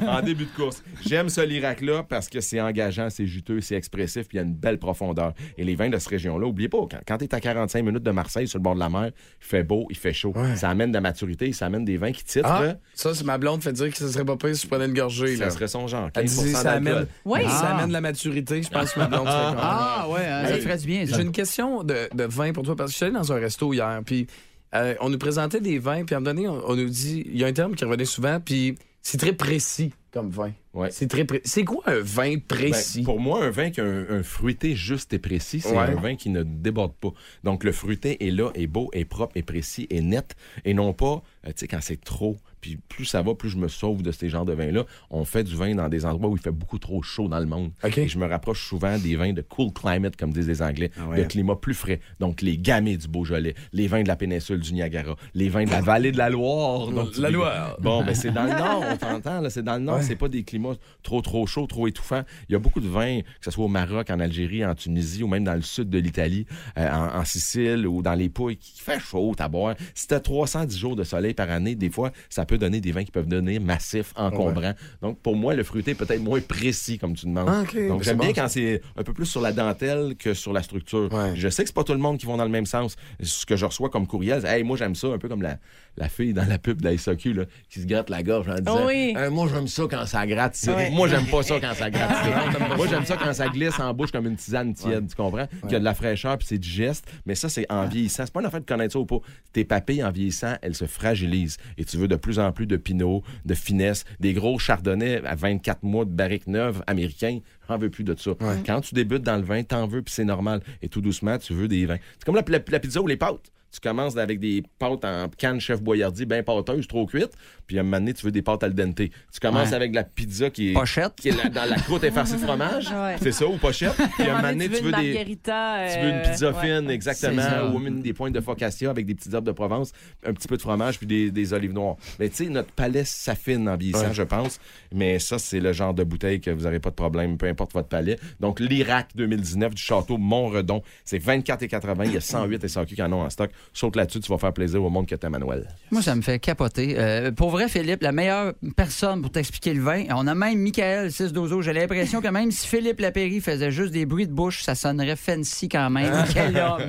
S4: Ben, en début de course. J'aime ce Lirac-là parce que c'est engageant, c'est juteux, c'est expressif, puis il y a une belle profondeur. Et les vins de cette région-là, oubliez pas, quand, quand tu es à 45 minutes de Marseille, sur le bord de la mer, il fait beau, il fait chaud. Ça amène de la maturité, ça amène des vins qui titrent.
S3: Ah, ça, c'est ma blonde fait dire que ce serait pas pire si je prenais une gorgée.
S4: Ça
S3: là.
S4: serait son genre,
S3: Elle dit,
S4: 15%
S3: ça amène,
S4: d'alcool. Oui.
S3: ça
S4: Ah.
S3: amène la maturité, je pense que ma blonde serait contente.
S6: Ah, ouais, hein, ça ferait du bien, ça.
S3: J'ai une question de, de vin pour toi, parce que je suis allé dans un resto hier, puis euh, on nous présentait des vins, puis à un moment donné, on, on nous dit, il y a un terme qui revenait souvent, puis c'est très précis comme vin. C'est très pré- C'est quoi un vin précis?
S4: Ben, pour moi, un vin qui a un, un fruité juste et précis, c'est
S3: Ouais.
S4: un vin qui ne déborde pas. Donc, le fruité est là, est beau, est propre, est précis, est net, et non pas, euh, tu sais, quand c'est trop. Puis plus ça va, plus je me sauve de ces genres de vins-là. On fait du vin dans des endroits où il fait beaucoup trop chaud dans le monde. Et je me rapproche souvent des vins de cool climate, comme disent les Anglais, de climat plus frais. Donc, les gamets du Beaujolais, les vins de la péninsule du Niagara, les vins de la vallée de la Loire. Donc, tu
S3: La
S4: dis-
S3: Loire.
S4: Bon, ben, c'est dans le nord, on t'entend, là, c'est dans le nord, c'est pas des climats trop, trop chauds, trop étouffants. Il y a beaucoup de vins, que ce soit au Maroc, en Algérie, en Tunisie, ou même dans le sud de l'Italie, euh, en, en Sicile, ou dans les Pouilles, qui fait chaud à boire. Si t'as 310 jours de soleil par année, des fois, ça peut donner des vins qui peuvent donner massifs, encombrants. Donc, pour moi, le fruité est peut-être moins précis, comme tu demandes.
S3: Ah, ok. Ben,
S4: Donc,
S3: c'est
S4: j'aime
S3: bon,
S4: bien
S3: ça.
S4: quand c'est un peu plus sur la dentelle que sur la structure. Je sais que c'est pas tout le monde qui vont dans le même sens. Ce que je reçois comme courriel, c'est, hey, moi j'aime ça, un peu comme la, la fille dans la pub de la SAQ là, qui se gratte la gorge en disant
S13: Oui.
S4: Hey, Euh, Moi j'aime ça quand ça gratte. ça.
S13: Ouais.
S4: Moi j'aime pas ça quand ça gratte. ça. moi j'aime ça quand ça glisse en bouche comme une tisane tiède, tu comprends? Qu'il y a de la fraîcheur puis c'est du geste, mais ça c'est en vieillissant. C'est pas une affaire de connaître ça ou pas. Tes papilles en vieillissant, elles se fragilisent et tu veux de plus en plus de pinot, de finesse, des gros chardonnays à 24 mois de barrique neuve américain. J'en veux plus de ça. Quand tu débutes dans le vin, t'en veux, puis c'est normal. Et tout doucement, tu veux des vins. C'est comme la, la- la pizza ou les pâtes. Tu commences avec des pâtes en canne chef boyardi, bien pâteuses, trop cuites. Puis à un moment donné, tu veux des pâtes al dente. Tu commences
S13: Ouais.
S4: avec de la pizza qui est,
S13: Pochette.
S4: qui est la- dans la croûte effarcée de fromage.
S5: Ouais.
S4: C'est ça, ou pochette. Puis à un moment donné, tu veux des,
S5: margarita, euh,
S4: tu veux une pizza
S5: ouais.
S4: fine,
S5: C'est ça.
S4: exactement, ou une des pointes de focaccia avec des petites herbes de Provence, un petit peu de fromage puis des, des olives noires. Mais tu sais, notre palais s'affine en vieillissant,
S13: Ouais.
S4: je pense. Mais ça, c'est le genre de bouteille que vous n'aurez pas de problème, peu importe votre palais. Donc, l'Irak 2019 du château Montredon, c'est 24,80. Il y a 108 et 100 qui en ont en stock. Saute là-dessus, tu vas faire plaisir au monde que t'aimes, Manuel.
S6: Moi, ça me fait capoter. Euh, pour vrai, Philippe, la meilleure personne pour t'expliquer le vin, on a même Michael 612. J'ai l'impression que même si Philippe Lapéry faisait juste des bruits de bouche, ça sonnerait fancy quand même.
S12: Ah.
S6: Quel homme!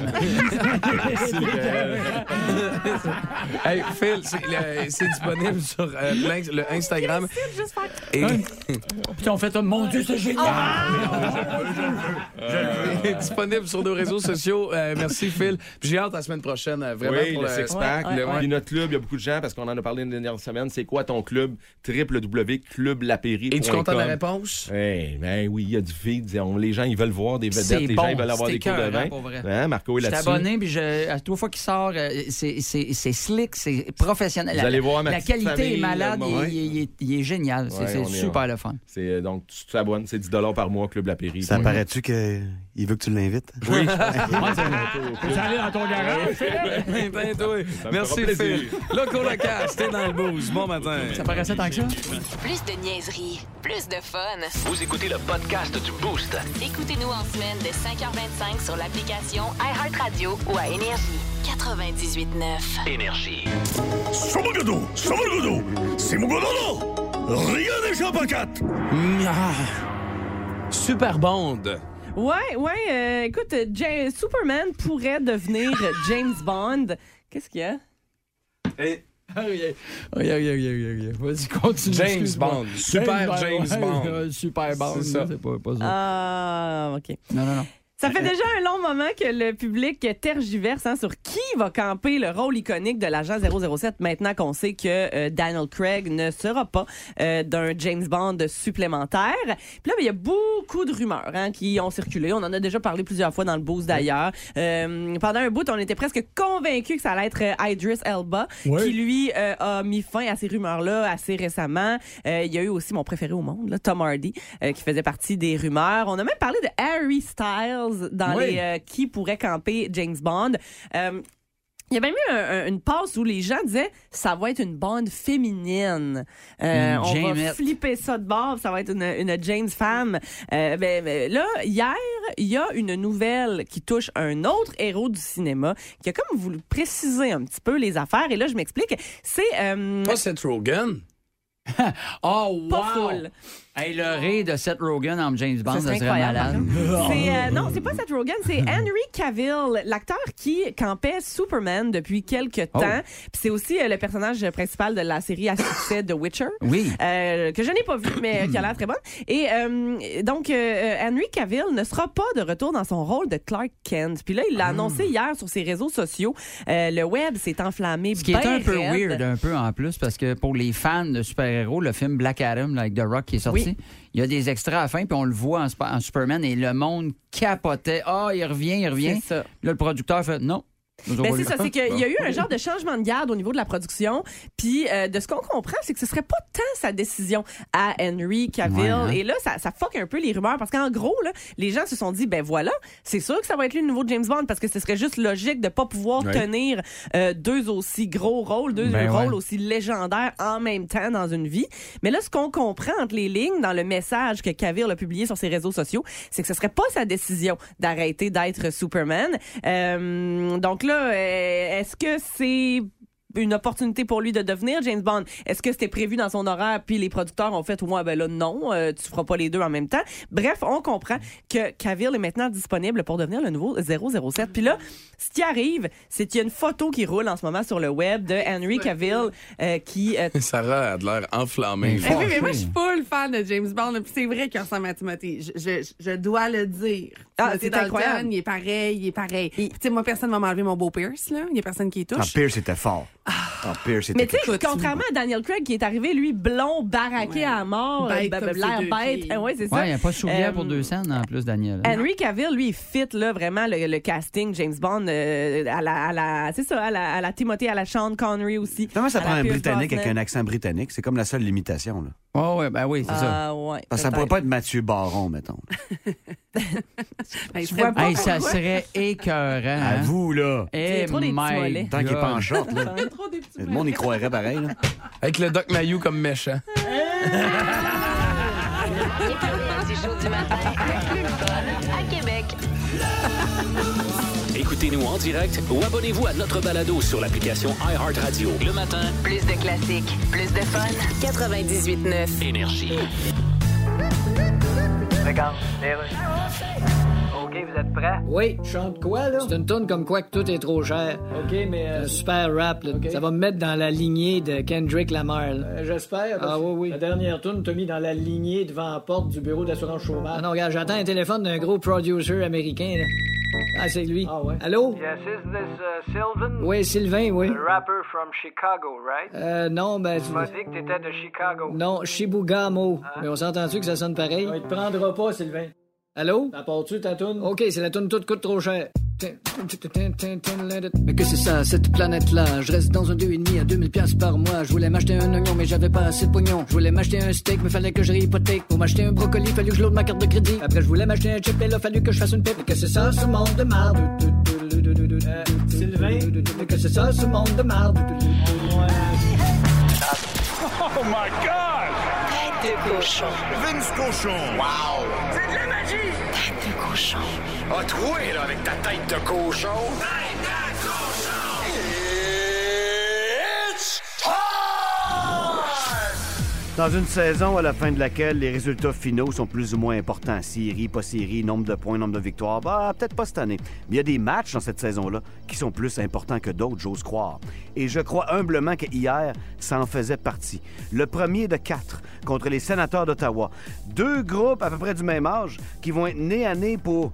S3: Euh, Hey, Phil, c'est le- c'est disponible sur euh, l'in- le Instagram. Et...
S6: Puis on fait, mon Dieu, c'est génial!
S3: Disponible sur nos réseaux sociaux. Euh, merci, Phil. Puis J'ai hâte à la semaine prochaine. prochaine, euh, vraiment
S12: oui,
S3: pour
S12: le
S3: le
S12: six-pack.
S3: Ouais,
S12: le-
S3: ouais, ouais.
S12: Puis notre club, il y a beaucoup de gens parce qu'on en a parlé la dernière semaine. C'est quoi ton club? www.clublapéry.com
S3: Es-tu content de la réponse?
S12: Eh, ben oui, il y a du vide. On- les gens, ils veulent voir des
S4: C'est
S12: vedettes. les
S4: bon,
S12: gens, ils veulent avoir
S4: c'est
S12: des cours de
S4: écœurant,
S12: vin.
S4: pour vrai.
S12: Hein, Marco est
S4: Je suis
S12: là-dessus.
S4: abonné, puis je, à trois fois qu'il sort, euh, c'est c'est- c'est slick, c'est professionnel.
S12: Vous
S4: La-
S12: allez voir ma
S4: La
S12: petite
S4: qualité
S12: famille,
S4: est malade,
S12: le
S4: il,
S12: moment.
S4: il- il- il est- il est génial. C'est-
S12: Ouais,
S4: c'est
S12: on est
S4: super
S12: en-
S4: le fun.
S12: C'est, euh, donc, tu t'abonnes, c'est 10 par mois, Club Lapéry.
S6: Ça paraît-tu qu'il veut que tu l'invites?
S12: Oui.
S4: Faut aller dans ton garage, Philippe?
S3: Ben, toi,
S6: Ça me
S3: Merci,
S6: fera plaisir.
S3: Phil. Loco Locash, t'es dans le boost. Bon matin.
S4: Ça paraissait tant que ça?
S1: Plus de niaiserie, plus de fun.
S2: Vous écoutez le podcast du Boost.
S1: Écoutez-nous en semaine de 5h25 sur l'application iHeartRadio ou à Énergie. 98.9.
S2: Énergie.
S14: Samargodo, Samargodo, c'est mon godono! Rien n'échappe à quatre!
S3: Mm, ah. Super Bond.
S5: Ouais, ouais. euh, écoute, euh, Ja- Superman pourrait devenir James Bond. Qu'est-ce qu'il y a?
S4: Ah Oui, oui, oui, oui, oui. Vas-y, continue.
S3: James
S4: excuse-moi.
S3: Bond. Super James
S4: ouais,
S3: Bond.
S4: euh, Super Bond.
S3: C'est ça.
S4: C'est pas, pas ça.
S5: Ah, OK.
S4: Non, non, non.
S5: Ça fait déjà un long moment que le public tergiverse hein, sur qui va camper le rôle iconique de l'agent 007 maintenant qu'on sait que euh, Daniel Craig ne sera pas euh, d'un James Bond supplémentaire. Puis là, ben, il y a beaucoup de rumeurs hein, qui ont circulé. On en a déjà parlé plusieurs fois dans le boost d'ailleurs. Euh, pendant un bout, on était presque convaincus que ça allait être euh, Idris Elba
S15: Ouais.
S5: qui, lui, euh, a mis fin à ces rumeurs-là assez récemment. Euh, il y a eu aussi mon préféré au monde, là, Tom Hardy, euh, qui faisait partie des rumeurs. On a même parlé de Harry Styles dans
S15: Oui.
S5: les euh, qui pourrait camper James Bond. Euh, il y a même eu un- un- une passe où les gens disaient ça va être une bande féminine. Euh,
S15: Une
S5: on va
S15: Jamette.
S5: flipper ça de bord, ça va être une, une James femme. Euh, ben, ben, là, hier, il y a une nouvelle qui touche un autre héros du cinéma qui a comme voulu préciser un petit peu les affaires. Et là, je m'explique. C'est euh,
S3: Pas Seth Rogen.
S4: Oh, wow!
S5: Pas full.
S4: Hey, le rire de Seth Rogen en James Bond,
S5: Ça,
S4: ça
S5: c'est
S4: serait
S5: incroyable,
S4: malade.
S5: C'est, euh,
S4: Ah.
S5: non, c'est pas Seth Rogen, c'est Henry Cavill, l'acteur qui campait Superman depuis quelques temps.
S4: Oh.
S5: Puis c'est aussi euh, le personnage principal de la série à succès de Witcher.
S4: Oui.
S5: Euh, que je n'ai pas vu, mais qui a l'air très bonne. Et euh, donc, euh, Henry Cavill ne sera pas de retour dans son rôle de Clark Kent. Puis là, il l'a
S4: Ah.
S5: annoncé hier sur ses réseaux sociaux. Euh, le web s'est enflammé.
S4: Ce qui est
S5: ben
S4: un peu
S5: raide.
S4: weird, hein, un peu en plus, parce que pour les fans de super-héros, le film Black Adam là, avec The Rock qui est sorti,
S5: Oui.
S4: il y a des extraits à la fin, puis on le voit en, Sp- en Superman, et le monde capotait. Ah, il revient, il revient.
S5: C'est ça.
S4: Là, le producteur fait non. nous
S5: Ben,
S4: aurons
S5: c'est
S4: le-
S5: ça, c'est
S4: Bon.
S5: qu'il y a eu un genre de changement de garde au niveau de la production. Puis euh, de ce qu'on comprend, c'est que ce serait pas tant sa décision à Henry Cavill.
S15: Ouais, hein.
S5: Et là, ça, ça fuck un peu les rumeurs parce qu'en gros, là, les gens se sont dit, ben voilà, c'est sûr que ça va être lui le nouveau James Bond parce que ce serait juste logique de pas pouvoir
S15: Ouais.
S5: tenir euh, deux aussi gros rôles, deux
S15: Ben
S5: rôles
S15: ouais.
S5: aussi légendaires en même temps dans une vie. Mais là, ce qu'on comprend entre les lignes dans le message que Cavill a publié sur ses réseaux sociaux, c'est que ce serait pas sa décision d'arrêter d'être Superman. Euh, donc là, euh, est-ce que c'est une opportunité pour lui de devenir James Bond. Est-ce que c'était prévu dans son horaire puis les producteurs ont fait ouais ben là non, euh, tu feras pas les deux en même temps. Bref, on comprend que Cavill est maintenant disponible pour devenir le nouveau 007. Puis là, ce qui arrive, c'est qu'il y a une photo qui roule en ce moment sur le web de Henry Cavill euh, qui euh,
S3: Sarah a de l'air enflammée.
S11: Eh oui, mais moi, je suis full fan de James Bond. là, Puis c'est vrai qu'il ressemble à Timothée. Je, je- je dois le dire.
S5: Ah,
S11: Timothy
S5: c'est
S11: Dalton,
S5: incroyable.
S11: Il est pareil, il est pareil. Puis, Tu sais, moi, personne ne va m'enlever mon beau Pierce, là. Il n'y a personne qui y
S6: Ah,
S11: touche.
S6: Pierce était fort. Ah, Pierce était
S5: Mais tu sais,
S6: quelque chose.
S5: contrairement à Daniel Craig qui est arrivé, lui, blond, baraqué à mort,
S11: Bête
S5: euh,
S11: comme
S5: l'air
S11: ses deux
S5: bête.
S11: filles.
S5: Ah ouais, c'est ça.
S4: Ouais, il n'y a pas de souvenir
S5: Euh,
S4: pour 200 en plus, Daniel. hein.
S5: Henry Cavill, lui, il fit là, vraiment le, le casting James Bond euh, à la, à la c'est ça, à la, à la Timothée, à la Sean Connery aussi.
S6: Comment ça
S5: à
S6: prend
S5: la
S6: un
S5: Pierce
S6: Britannique avec un
S5: Brosnan.
S6: accent britannique? C'est comme la seule limitation. Là.
S5: euh,
S4: Oh, ouais, ben oui,
S5: c'est ça. Ah, ouais,
S6: Parce que ça
S5: peut-être.
S6: pourrait pas être Mathieu Baron, mettons.
S11: Ben, il
S4: Tu
S11: serait
S4: vois
S11: pas
S4: pas ça
S11: pourquoi.
S4: serait écœurant.
S6: À
S4: hein?
S6: vous, là.
S4: Eh, my
S6: Tant qu'il est pas en
S4: God.
S6: short, là. Le monde y croirait pareil, là.
S3: Avec le Doc Mayou comme méchant.
S1: du show du matin, le plus fun à Québec.
S2: Écoutez-nous en direct ou abonnez-vous à notre balado sur l'application iHeartRadio. Le matin,
S1: Plus de classiques, plus de fun. 98.9.
S2: Énergie.
S9: Regarde, les rues. OK, vous êtes prêts?
S10: Oui. Chante quoi, là? C'est une tourne comme quoi que tout est trop cher. OK, mais.
S16: euh,
S10: Un super rap, là. Ça va me mettre dans la lignée de Kendrick Lamar, là.
S16: Euh, J'espère.
S10: Ah oui, oui.
S16: La dernière tourne t'a mis dans la lignée devant la porte du bureau d'assurance chômage.
S10: Ah non, regarde, j'attends un téléphone d'un gros producer américain, là.
S4: Ah, c'est lui. Allô?
S9: Yes, is this uh, Sylvan?
S4: Oui, Sylvain, oui.
S9: The rapper from Chicago, right?
S4: Euh, non, ben.
S9: Tu m'as dit que t'étais de Chicago.
S4: Non, Shibugamo. Mais on s'entend-tu que ça sonne pareil? On ne te prendra pas, Sylvain. Allô? Apportes-tu ta toune? OK, c'est la toune toute coûte trop cher. Mais que c'est ça, cette planète-là? Je reste dans un 2,5 à 2000 piastres par mois. Je voulais m'acheter un oignon, mais j'avais pas assez de pognon. Je voulais m'acheter un steak, mais fallait que je réhypothèque. Pour m'acheter un brocoli, fallu que je load ma carte de crédit. Après, je voulais m'acheter un chip, mais là, fallu que je fasse une pipe. Mais que c'est ça, ce monde de marde? Sylvain? Mais que c'est ça, ce monde de marde?
S17: Oh my God! Tête de cochon. Vince cochon. Wow! C'est de la magie! Tête de cochon. Ah, troué, là, avec ta tête de cochon. Tête de cochon! It's
S6: Dans une saison à la fin de laquelle les résultats finaux sont plus ou moins importants, série, pas série, nombre de points, nombre de victoires, bah peut-être pas cette année. Mais il y a des matchs dans cette saison-là qui sont plus importants que d'autres, j'ose croire. Et je crois humblement que hier, ça en faisait partie. Le premier de quatre contre les sénateurs d'Ottawa. Deux groupes à peu près du même âge qui vont être nés à nez pour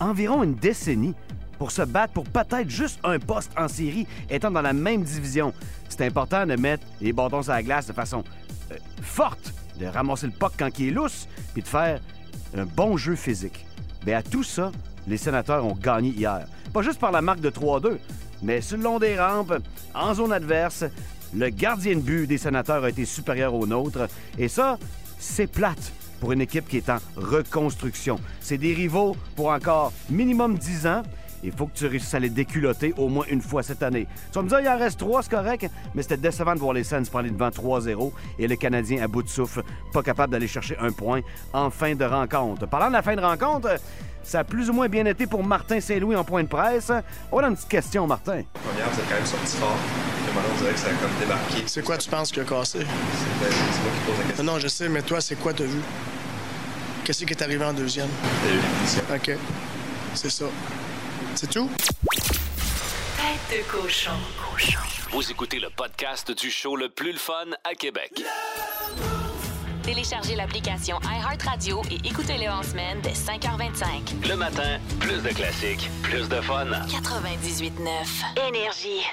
S6: environ une décennie pour se battre pour peut-être juste un poste en série étant dans la même division. C'est important de mettre les bâtons sur la glace de façon euh, forte, de ramasser le puck quand il est lousse, puis de faire un bon jeu physique. Mais à tout ça, les sénateurs ont gagné hier. Pas juste par la marque de 3-2, mais sur le long des rampes, en zone adverse, le gardien de but des sénateurs a été supérieur au nôtre. Et ça, c'est plate pour une équipe qui est en reconstruction. C'est des rivaux pour encore minimum 10 ans. Il faut que tu réussisses à les déculotter au moins une fois cette année. Tu vas me dire, il en reste trois, c'est correct, mais c'était décevant de voir les Suns prendre les devants 3-0 et le Canadien à bout de souffle, pas capable d'aller chercher un point en fin de rencontre. Parlant de la fin de rencontre, ça a plus ou moins bien été pour Martin Saint-Louis en point de presse. On a une petite question, Martin.
S18: Première, vous êtes quand même sorti fort. Le moment, on dirait que ça a comme débarqué.
S19: C'est quoi tu penses qui a cassé?
S18: Ben, C'est moi qui pose la question.
S19: Non, non, je sais, mais toi, c'est quoi t'as vu? Qu'est-ce qui est arrivé en deuxième? OK. C'est ça. C'est tout?
S1: Tête de cochon.
S2: Vous écoutez le podcast du show le plus le fun à Québec.
S1: Téléchargez l'application iHeartRadio et écoutez-le en semaine dès 5h25.
S2: Le matin, plus de classiques, plus de fun.
S1: 98.9 Énergie.